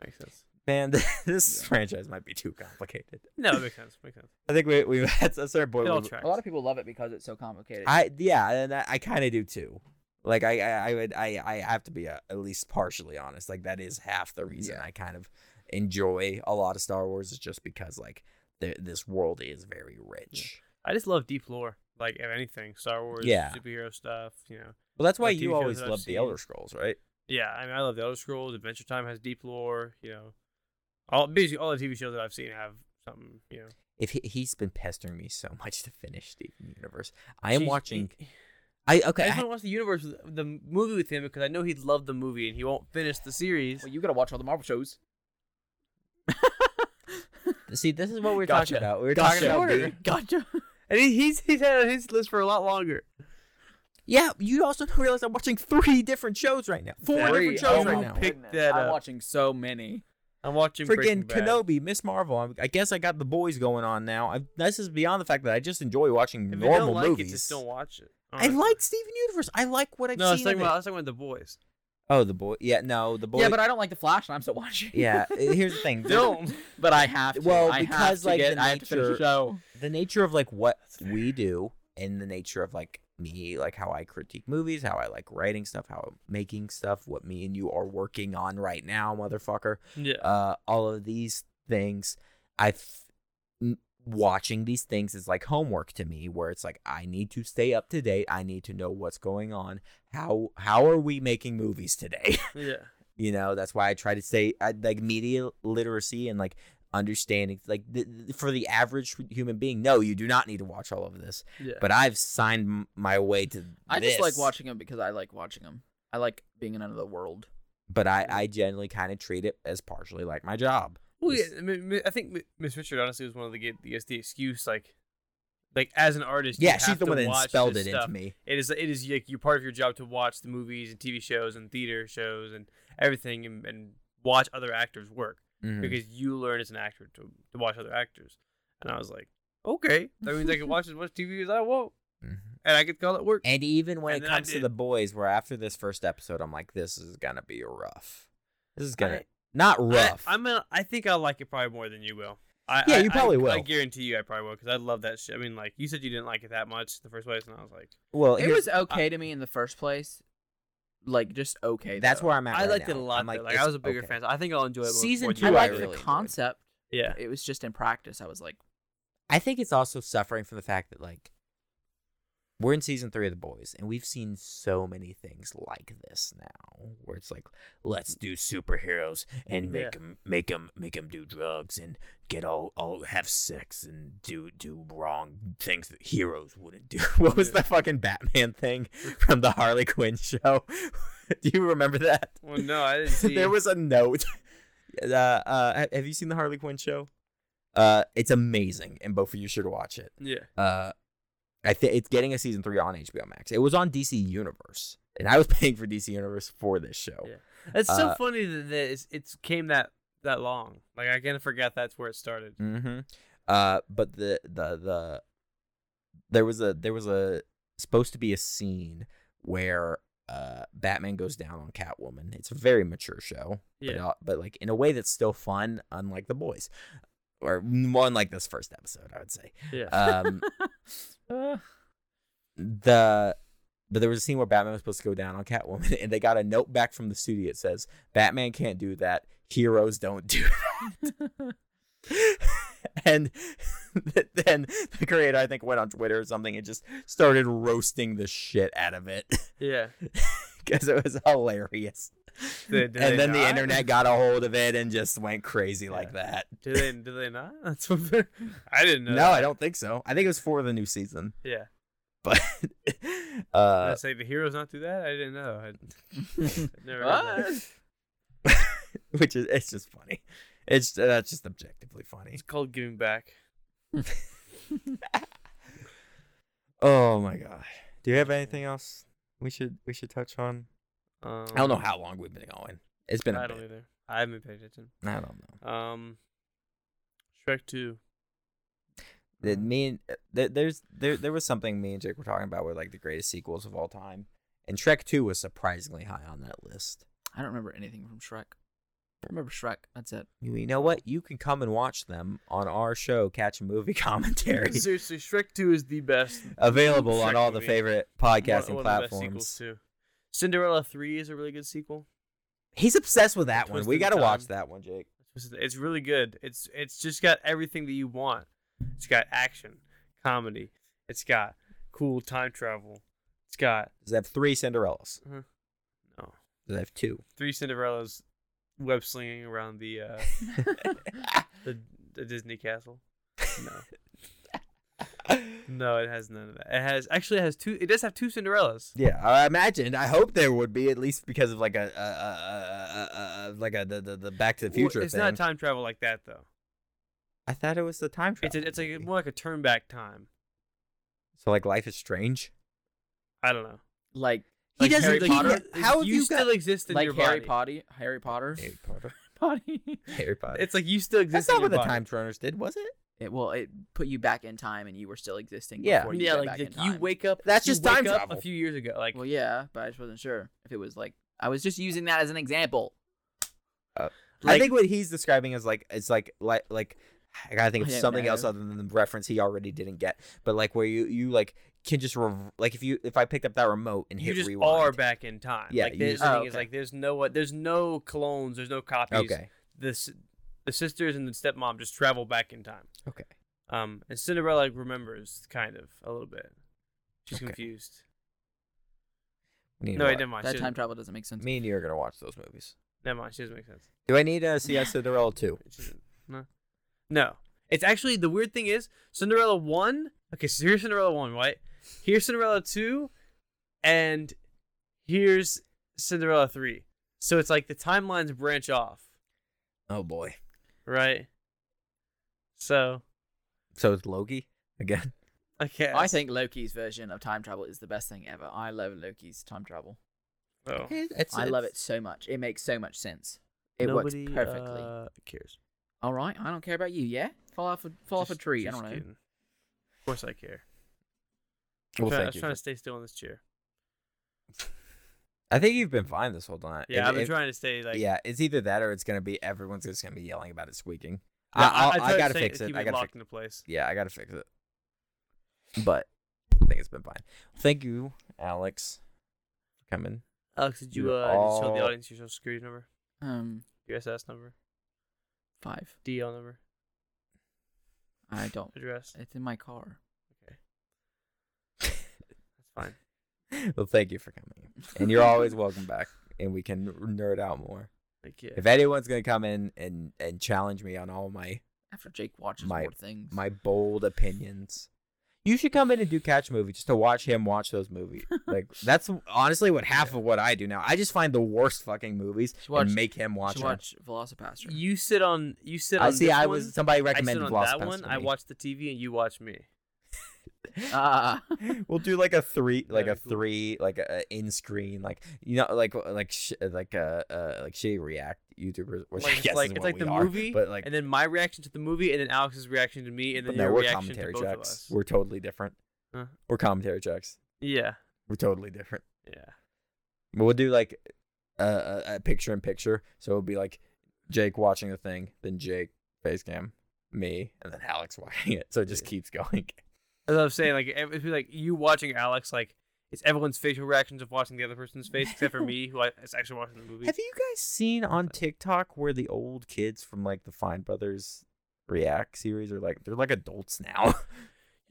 Mm. man, this Yeah. franchise might be too complicated. No, it makes sense. Makes sense. I think we we that's that's our boy. It all we've- tracks. A lot of people love it because it's so complicated. I yeah, and I, I kind of do too. Like I, I, I would I, I have to be uh at least partially honest. Like that is half the reason Yeah. I kind of enjoy a lot of Star Wars is just because like the, this world is very rich. I just love deep lore, like of anything Star Wars, Yeah. superhero stuff. You know, Well, that's why Like TV you shows always that I've love the Elder seen. Scrolls, right? yeah. I mean, I love the Elder Scrolls. Adventure Time has deep lore. You know, all basically all the TV shows that I've seen have something. You know, If he, he's been pestering me so much to finish Steven Universe, I am Jeez, watching. he- I I okay. just I, want to watch the universe, with- the movie with him because I know he'd love the movie and he won't finish the series. well, you gotta watch all the Marvel shows. see, this is what we are Gotcha. talking about. We were Gotcha. talking about. Order. being- Gotcha. And he, he's he's had it on his list for a lot longer. Yeah, you also don't realize I'm watching three different shows right now. Four Three. different Oh shows my right now. Pick goodness, that I'm up. watching so many. I'm watching Breaking freaking Bad. Kenobi, Miss Marvel. I'm, I guess I got the boys going on now. I, this is beyond the fact that I just enjoy watching If you normal don't like movies. it, just don't watch it. I honestly. like Steven Universe. I like what I've No, I was seen. of talking about I it. was talking about the boys. Oh, the boy. Yeah, no, the boy. Yeah, but I don't like the Flash, and I'm still watching. yeah. uh, Here's the thing. The, Don't. but I have to. Well, I have because, to like, get, the I have to finish the nature- show. the nature of like what we do, and the nature of like me, like how I critique movies, how I like writing stuff, how I'm making stuff, what me and you are working on right now, motherfucker. Yeah. uh, all of these things. I f- n- watching these things is like homework to me, where it's like I need to stay up to date. I need to know what's going on. How how are we making movies today? Yeah. you know, that's why I try to say I, like media literacy and like understanding like th- th- for the average human being no you do not need to watch all of this Yeah. but i've signed m- my way to I just like this. watching them because I like watching them. I like being in another world. but i i generally kind of treat it as partially like my job Well, yeah, It's- I mean, mi- I think Mi- Miss Richard honestly was one of the get- the, the excuse like, like as an artist. you yeah she's have the to one that watch spelled this it stuff. into me It is it is like, you're part of your job to watch the movies and TV shows and theater shows and everything and, and watch other actors work Mhm. because you learn as an actor to, to watch other actors. And I was like, okay, that means I can watch as much TV as I want Mhm. and I could call it work. And even when And it then I comes to did. the boys, where after this first episode, I'm like, this is gonna be rough. This is gonna I- not rough. I, I'm a, I think I'll like it probably more than you will. I, Yeah, I- you probably I, I will. guarantee you, I probably will because I love that shit. I mean, like you said, you didn't like it that much the first place, and I was like, well, It here's- was okay to me in the first place. Like just okay. that's though. where I'm at. I right liked now. it a lot. I'm though. Like, it's I was a bigger okay. fan. So I think I'll enjoy it. more- Season more two, than I you I like will. really the enjoyed. concept. Yeah. It was just in practice. I was like, I think it's also suffering from the fact that like we're in season three of the boys, and we've seen so many things like this now, where it's like, let's do superheroes and make Yeah. 'em- make 'em- make 'em do drugs and get all all have sex and do do wrong things that heroes wouldn't do. What was Yeah. the fucking Batman thing from the Harley Quinn show? do you remember that? Well, no, I didn't see. there was a note. Uh, uh, ha- have you seen the Harley Quinn show? Uh, it's amazing, and both of you should watch it. Yeah. Uh, I think it's getting a season three on HBO Max. It was on DC Universe, and I was paying for DC Universe for this show. Yeah. It's so Uh, funny that that it's, it's came that that long. Like I kind of forgot that's where it started. Mm-hmm. Uh, but the the the there was a there was a supposed to be a scene where uh Batman goes down on Catwoman. It's a very mature show. but, Yeah. uh, but like in a way that's still fun, unlike the boys, or more unlike this first episode, I would say. Yeah. Um, "Uh, the but there was a scene where Batman was supposed to go down on Catwoman, and they got a note back from the studio. It says, "Batman can't do that. Heroes don't do that." and th- then the creator, I think, went on Twitter or something and just started roasting the shit out of it yeah. because it was hilarious. Did- did they and then the not? internet got a hold of it and just went crazy like Yeah. that. Do they? Do they not? That's what they're- I didn't know. No, I don't think so. I think it was for the new season. Yeah. But I uh say the heroes not do that. I didn't know. I I'd never. heard that. what? which is it's just funny. It's uh, that's just objectively funny. It's called giving back. Oh my god. Do you have anything else we should we should touch on? Um, I don't know how long we've been going. It's been a I bit. don't either. I haven't paid attention. I don't know. Um, Shrek Two. Uh-huh. That me and uh, there, there's there there was something me and Jake were talking about were like the greatest sequels of all time, and Shrek Two was surprisingly high on that list. I don't remember anything from Shrek. I remember Shrek. That's it. You, you know what? You can come and watch them on our show, Catch a Movie Commentary, Seriously, Shrek Two is the best. available on Shrek all the movie. favorite One- podcasting one of the best sequels platforms. too. Cinderella Three is a really good sequel. He's obsessed with that one. Twisted We gotta watch Time. that one, Jake. It's- It's really good. It's it's just got everything that you want. It's got action, comedy. It's got cool time travel. It's got Does it have three Cinderellas? Mm-hmm. no Does it have two? three Cinderellas web slinging around the uh, the the Disney castle. No. No, it has none of that. It has actually it has two. It does have two Cinderellas. Yeah, I imagined. I hope there would be at least because of like a, a, a, a, a, a like a the, the, the Back to the Well, Future it's thing. not time travel like that though. I thought it was the time It's travel. a, it's like movie. more like a turn back time. so like Life is Strange. I don't know. Like He Like doesn't- Harry he- Potter. he- how have you, you got- still exist in like your Harry body. Potter. Harry Potter. Harry Potter. Potty. Harry Potter. It's like you still exist. That's not in your what the body. time travelers did, was it? It, well, it put you back in time, and you were still existing. Yeah. Before you Yeah, got like, back like in you time. wake up. That's you just time wake up travel. A few years ago, like Well, yeah, but I just wasn't sure if it was like I was just using that as an example. I Like- think what he's describing is like it's like like like I gotta think of I don't something know. else other than the reference he already didn't get, but like where you you like can just rev- like if you if I picked up that remote and you hit just rewind. are back in time. Yeah, like you there's just- the Oh, thing is okay. like there's no what there's no clones, there's no copies. Okay. The s- the sisters and the stepmom just travel back in time. Okay. Um, and Cinderella like, remembers kind of a little bit. She's Okay. confused. We need to No, I watch- didn't mind. that she time doesn't- travel doesn't make sense. Me and you are gonna watch those movies. Never mind. She doesn't make sense. Do I need to see a Cinderella too? She doesn't- no. No. It's actually the weird thing is Cinderella one. Okay, so here's Cinderella one, right? Here's Cinderella two, and here's Cinderella three. So it's like the timelines branch off, Oh boy. right? So So it's Loki again. okay. I think Loki's version of time travel is the best thing ever. I love Loki's time travel. Oh. It's- I love it it's- so much. It makes so much sense. It Nobody, works perfectly. uh, cares. All right, I don't care about you. Yeah, fall off a fall off a Just- tree. I just don't know. kidding. Of course I care. Well, Try- I thank was you. trying to for- stay still in this chair. I think you've been fine this whole time. Yeah, If- I've been if- trying to stay like. yeah, it's either that or it's gonna be everyone's just gonna be yelling about it squeaking. No, I, I'll- tried I to gotta stay- fix it. keep I gotta fix locked into place. yeah, I gotta fix it. But I think it's been fine. Thank you, Alex, for coming. Alex, did you You're uh, just tell the all- audience your social security number, Um, USS number, five. DL number, I don't. address? It's in my car. That's fine. Well, thank you for coming, and you're always welcome back. And we can nerd out more. Like, yeah. If anyone's gonna come in and and challenge me on all my After Jake watches My- more things. my bold opinions. You should come in and do catch movie just to watch him watch those movies. Like that's honestly what half of what I do now. I just find the worst fucking movies Should watch- and make him watch should them. watch Velocipaster. you sit on, you sit on. I see. this I one, was somebody I sit recommended on Lost that one. I watched the TV and you watch me. Ah, We'll do like a three, like a That'd be cool. three, like a, a in screen, like you know, like like sh- like uh, uh like shitty react YouTubers. Which Like, I it's guess like is it's what like we the are, movie, but like and then my reaction to the movie, and then Alex's reaction to me, and but then no, your we're reaction to commentary both of checks. us. Uh-huh. We're totally different. Huh? We're commentary checks. Yeah, We're totally different. yeah. But we'll do like a, a, a picture in picture. So it'll be like Jake watching the thing, then Jake face cam, me, and then Alex watching it. So it just keeps going. As I'm saying, like ev- it'd be like you watching Alex, like it's everyone's facial reactions of watching the other person's face, except for me, who I, is actually watching the movie. Have you guys seen on TikTok where the old kids from like the Fine Brothers React series are like they're like adults now?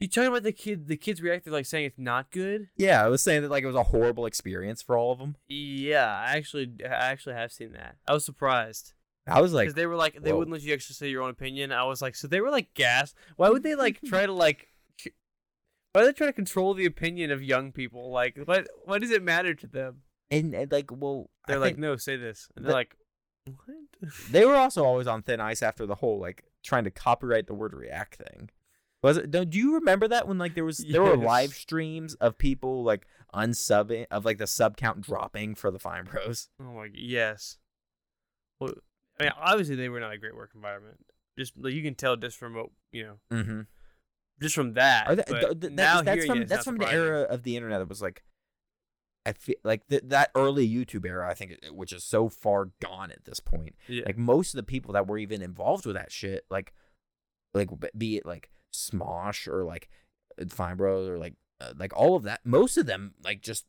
You talking about the kid? The kids reacted like saying it's not good. yeah, I was saying that like it was a horrible experience for all of them. Yeah, I actually, I actually have seen that. I was surprised I was because like, they were like, they whoa. wouldn't let you actually say your own opinion. I was like, so they were like gassed. Why would they like try to like? c- Why do they try to control the opinion of young people? Like, what? Why does it matter to them? and, and, like, well, I They're like, think no, say this, and they're the- like, what? they were also always on thin ice after the whole like trying to copyright the word React thing. Was it? Do do you remember that when like there was there were live Yes. streams of people like unsubbing of like the sub count dropping for the Fine Bros? Oh my g- yes. Well, I mean, obviously they were not a great work environment. Just like, you can tell just from what you know, Mm-hmm. just from that. Are that, but th- th- that- now hearing that's it from is that's not from the surprising. era of the internet that was like, I feel like th- that early YouTube era. I think it- which is so far gone at this point. Yeah. Like most of the people that were even involved with that shit, like, like b- be it like Smosh or like Fine Bros or like uh, like all of that. Most of them like just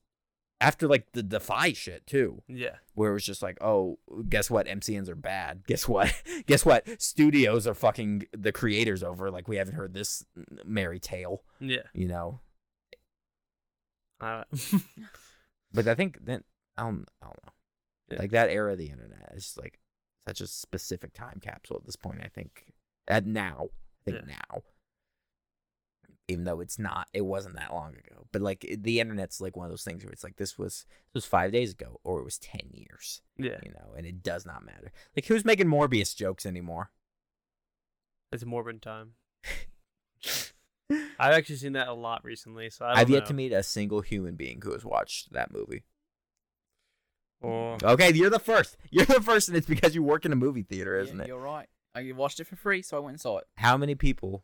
after like the Defy shit too. yeah. where it was just like, oh, guess what? MCNs are bad. Guess what? guess what? Studios are fucking the creators over. Like we haven't heard this merry tale, Yeah. you know. Uh, But I think then I don't, I don't know. Yeah. Like that era of the internet is just like such a specific time capsule at this point. I think at now, I think now, even though it's not, it wasn't that long ago. But like it- the internet's like one of those things where it's like this was this was five days ago, or it was ten years. yeah. you know, and it does not matter. Like who's making Morbius jokes anymore? It's Morbin time. I've actually seen that a lot recently, so I don't I've yet know. to meet a single human being who has watched that movie. Or- Okay, you're the first. You're the first, and it's because you work in a movie theater, isn't it? You're right. I watched it for free, so I went and saw it. How many people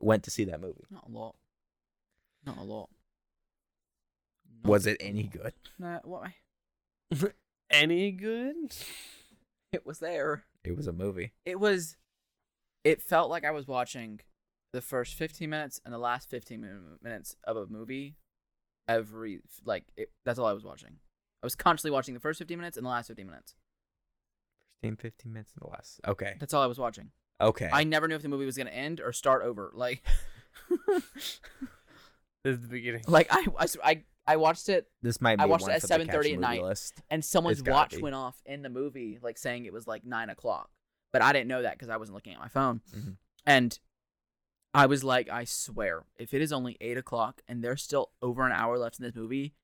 went to see that movie? Not a lot. Not a lot. Not Was it a any lot. good? No, why? any good? It was there. It was a movie. It was. It felt like I was watching the first 15 minutes and the last 15 min- minutes of a movie. Every like it, that's all I was watching. I was constantly watching the first 15 minutes and the last 15 minutes. 15, 15 minutes in the last. Okay. That's all I was watching. Okay. I never knew if the movie was gonna end or start over. Like, This is the beginning. like I, I, I, I watched it this might be I watched one it at for the 7:30 Catch at Movie night. List. and someone's It's gotta watch be. went off in the movie, like saying it was like nine o'clock. But I didn't know that because I wasn't looking at my phone. Mhm. And I was like, I swear, if it is only eight o'clock and there's still over an hour left in this movie,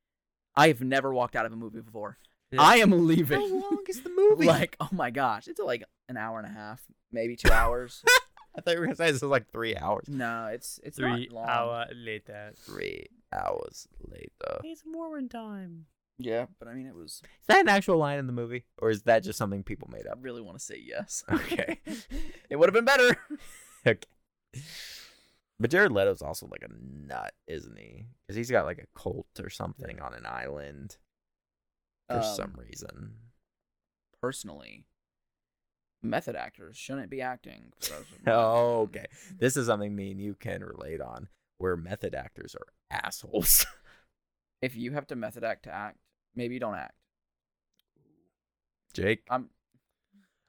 I have never walked out of a movie before. Yeah. I am leaving. How long is the movie? like, oh my gosh, it's like an hour and a half, maybe two hours. I thought you were gonna say this is like three hours. no, it's it's Three not long. hour later. Three hours later. It's Morbin time. Yeah, but I mean, it was. Is that an actual line in the movie, or is that just something people made I up? really want to say yes. Okay. it would have been better. But Jared Leto's also like a nut, isn't he? Because he's got like a cult or something on an island for Um, some reason. personally, method actors shouldn't be acting. for those of my Oh, opinion. okay. This is something me and you can relate on, where method actors are assholes. If you have to method act to act, maybe you don't act. Jake, I'm.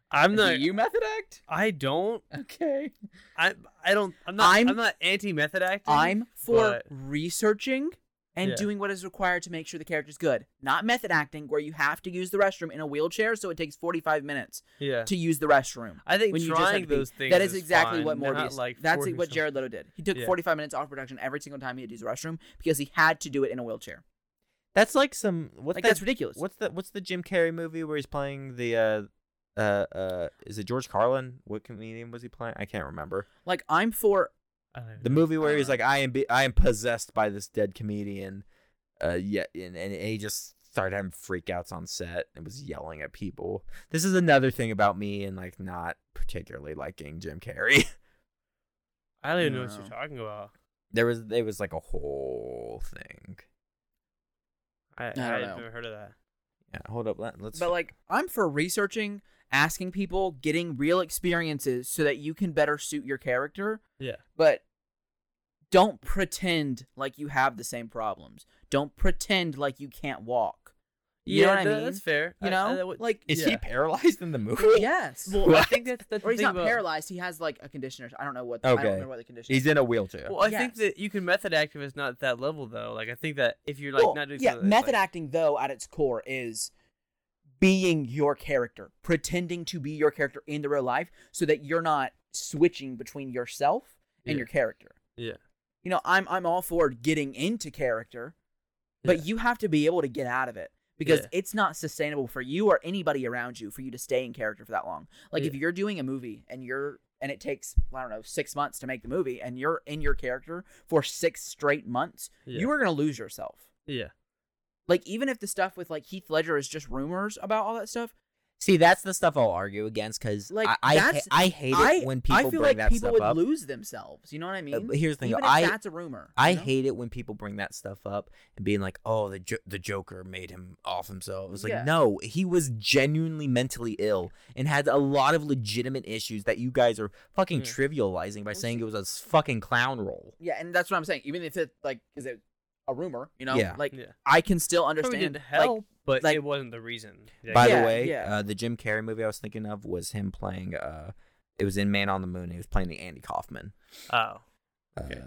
I'm do not. you method act? I don't. Okay. I. I don't. I'm not. I'm, I'm- not anti-method acting. I'm for But- researching and Yeah. doing what is required to make sure the character's good, not method acting where you have to use the restroom in a wheelchair, so it takes 45 minutes Yeah. to use the restroom. I think when you just have trying to be- those things. that is exactly fine, what not Morbius. Like that's forcing what some- Jared Leto did. He took Yeah. 45 minutes off production every single time he had to use the restroom because he had to do it in a wheelchair. that's like some what's like that? that's ridiculous. What's the what's the Jim Carrey movie where he's playing the uh uh uh is it George Carlin? What comedian was he playing? I can't remember. Like I'm for I don't even the know. movie where he's Uh, like, "I am, be- I am possessed by this dead comedian," uh, yet, and, and he just started having freakouts on set and was yelling at people. This is another thing about me and like not particularly liking Jim Carrey. I don't even know what No. you're talking about. there was, it was like a whole thing. I, I, don't know. have never heard of that. Yeah, hold up, let, let's. But like, I'm for researching, asking people, getting real experiences so that you can better suit your character. Yeah. But don't pretend like you have the same problems. Don't pretend like you can't walk. You yeah, know what I that- mean? That's fair. You I- know, I, that would- like is yeah. he paralyzed in the movie? yes, Well, I What? think that's that's or the he's thing not about- paralyzed. He has like a conditioner. I don't know what. I don't Okay. remember what the condition. He's is. in a wheelchair. Well, I Yes. think that you can method act if it's not at that level though. Like I think that if you're like Well, not doing yeah, something that's, method like, acting though at its core is being your character, pretending to be your character in the real life, so that you're not switching between yourself and Yeah. your character. Yeah. You know, I'm I'm all for getting into character, but Yeah. you have to be able to get out of it. because Yeah. it's not sustainable for you or anybody around you for you to stay in character for that long. Like if you're doing a movie and you're and it takes I don't know six months to make the movie and you're in your character for six straight months, Yeah. you are gonna lose yourself. yeah. Like even if the stuff with like Heath Ledger is just rumors about all that stuff, See, that's the stuff I'll argue against because Like, like, I I, ha- that's- I hate it I- when people I feel bring like that people stuff would up. lose themselves. You know what I mean? Uh, but here's the thing: even though, if I that's a rumor. I you know? hate it when people bring that stuff up and being like, "Oh, the jo- the Joker made him off himself." It's like, Yeah. no, he was genuinely mentally ill and had a lot of legitimate issues that you guys are fucking Mm. Yeah. trivializing by saying it was a s- fucking clown role. Yeah, and that's what I'm saying. Even if it like is it a rumor, you know, Yeah. like yeah. I can still Probably understand. did like, help, but like- it wasn't the reason. that By he- Yeah, the way, yeah. uh, the Jim Carrey movie I was thinking of was him playing. Uh, it was in Man on the Moon. He was playing the Andy Kaufman. oh, Okay. Uh,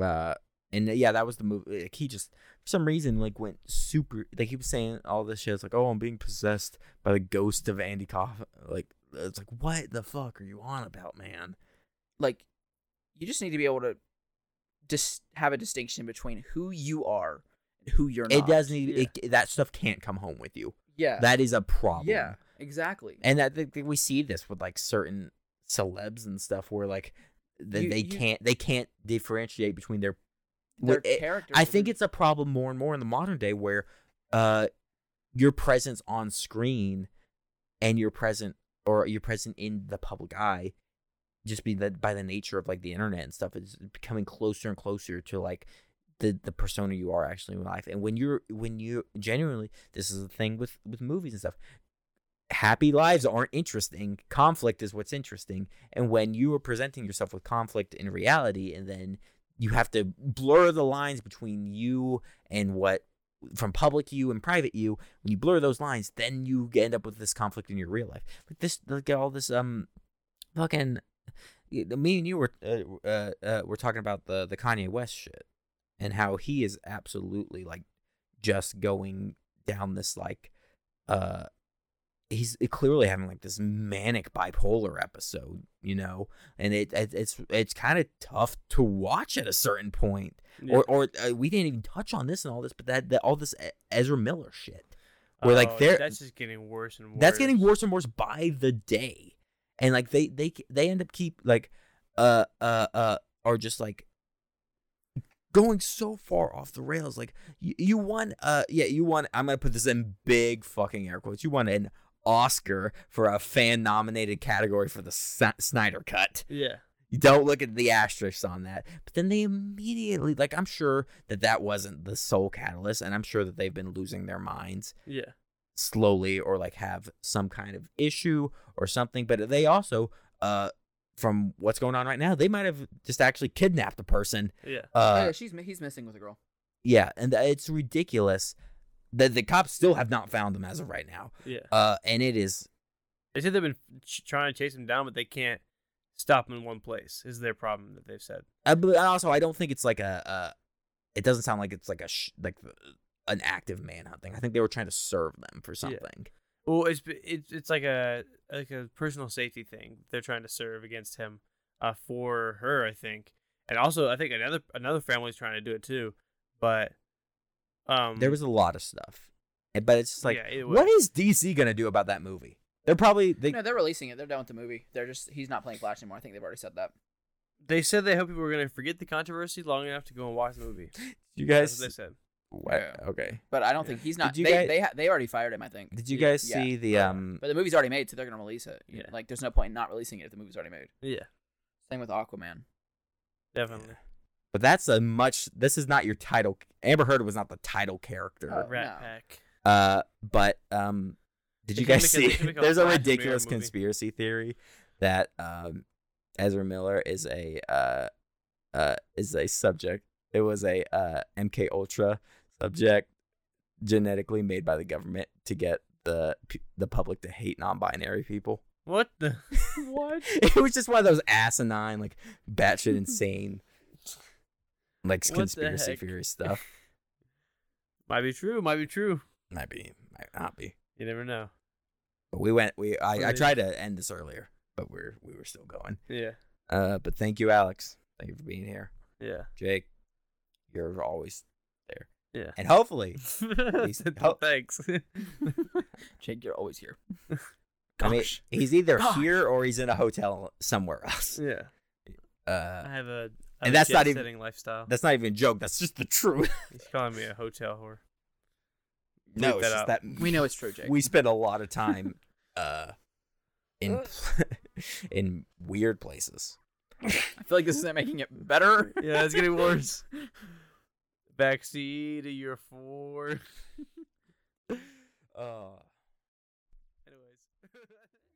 uh, and uh, yeah, that was the movie. Like, he just for some reason like went super. Like he was saying all this shit. It's like, oh, I'm being possessed by the ghost of Andy Kaufman. Like it's like, what the fuck are you on about, man? like you just need to be able to just have a distinction between who you are and who you're not. It doesn't. e-, It, that stuff can't come home with you. Yeah. That is a problem. yeah. Exactly. and that th- th- we see this with like certain celebs and stuff where like they, You- they you- can't they can't differentiate between their, Their it- character. I think it's a problem more and more in the modern day where uh your presence on screen and your present or your present in the public eye just be that by the nature of like the internet and stuff is becoming closer and closer to like the the persona you are actually in life and when you're when you genuinely this is the thing with with movies and stuff happy lives aren't interesting conflict is what's interesting and when you are presenting yourself with conflict in reality and then you have to blur the lines between you and what from public you and private you when you blur those lines then you end up with this conflict in your real life like this like all this um fucking me and you were uh, uh, uh were talking about the the Kanye West shit and how he is absolutely like just going down this like uh he's clearly having like this manic bipolar episode you know and it, it it's it's kind of tough to watch at a certain point yeah. or or uh, we didn't even touch on this and all this but that, that all this E- Ezra Miller shit where, like, Oh, they're- that's just getting worse and worse. that's getting worse and worse by the day and like they they they end up keep like uh uh uh are just like going so far off the rails like you, you won uh yeah you won i'm gonna put this in big fucking air quotes you won an oscar for a fan nominated category for the Sn- snyder cut Yeah, you don't look at the asterisks on that. But then they immediately, like, I'm sure that that wasn't the sole catalyst, and I'm sure that they've been losing their minds yeah, slowly or like have some kind of issue or something. But they also, uh, from what's going on right now, they might have just actually kidnapped a person. yeah. Oh, yeah, Uh, she's mi- he's missing with a girl. yeah, and it's ridiculous that the cops still have not found them as of right now. Yeah. Uh, and it is They said they've been ch- trying to chase him down, but they can't stop him in one place. Is their problem that they've said? Uh, but also, I don't think it's like a. Uh, it doesn't sound like it's like a sh- like uh, an active manhunting. I think they were trying to serve them for something. Well, it's it's it's like a like a personal safety thing they're trying to serve against him, uh, for her, I think, and also I think another another family's trying to do it too, but um, There was a lot of stuff, And- but it's just like, yeah, it what was- is DC gonna do about that movie? They're probably they. no, they're releasing it. They're done with the movie. They're just he's not playing Flash anymore. I think they've already said that. They said they hope people were gonna forget the controversy long enough to go and watch the movie. you That's what they guys, said. what? Yeah. Okay. But I don't Yeah. think he's not. Did you they guys- they ha- they already fired him. I think. Did you Yeah. guys Yeah. see the um? But the movie's already made, so they're gonna release it. Yeah. Like there's no point in not releasing it if the movie's already made. Yeah, Same with Aquaman. definitely. But that's a much. This is not your title. Amber Heard was not the title character. Oh. no. Rat Pack. Uh, but um, did They you should guys make a- see? they should make a there's a Flash and Mirror ridiculous movie. conspiracy theory that um, Ezra Miller is a uh, uh, is a subject. It was a uh, MK Ultra subject, genetically made by the government to get the p- the public to hate non-binary people. What the? what? it was just one of those asinine, like batshit insane, like What the conspiracy heck? theory stuff. Might be true. Might be true. Might be, might not be. You never know. But we went. We I, I Right. tried to end this earlier, but we're we were still going. Yeah. Uh, but thank you, Alex. Thank you for being here, Yeah. Jake. You're always there. Yeah. And hopefully, least- oh. Thanks. Jake, you're always here. I mean, Gosh. he's either Gosh. here or he's in a hotel somewhere else. yeah. Uh, I have a, I And have that's a not even- jet-setting lifestyle. that's not even a joke. That's just the truth. He's calling me a hotel whore. no, Bleep it's that just out. that We know it's true, Jake. we spend a lot of time uh, in in weird places. I feel like this isn't making it better. Yeah, it's getting worse. Backseat to your four. Uh, Anyways.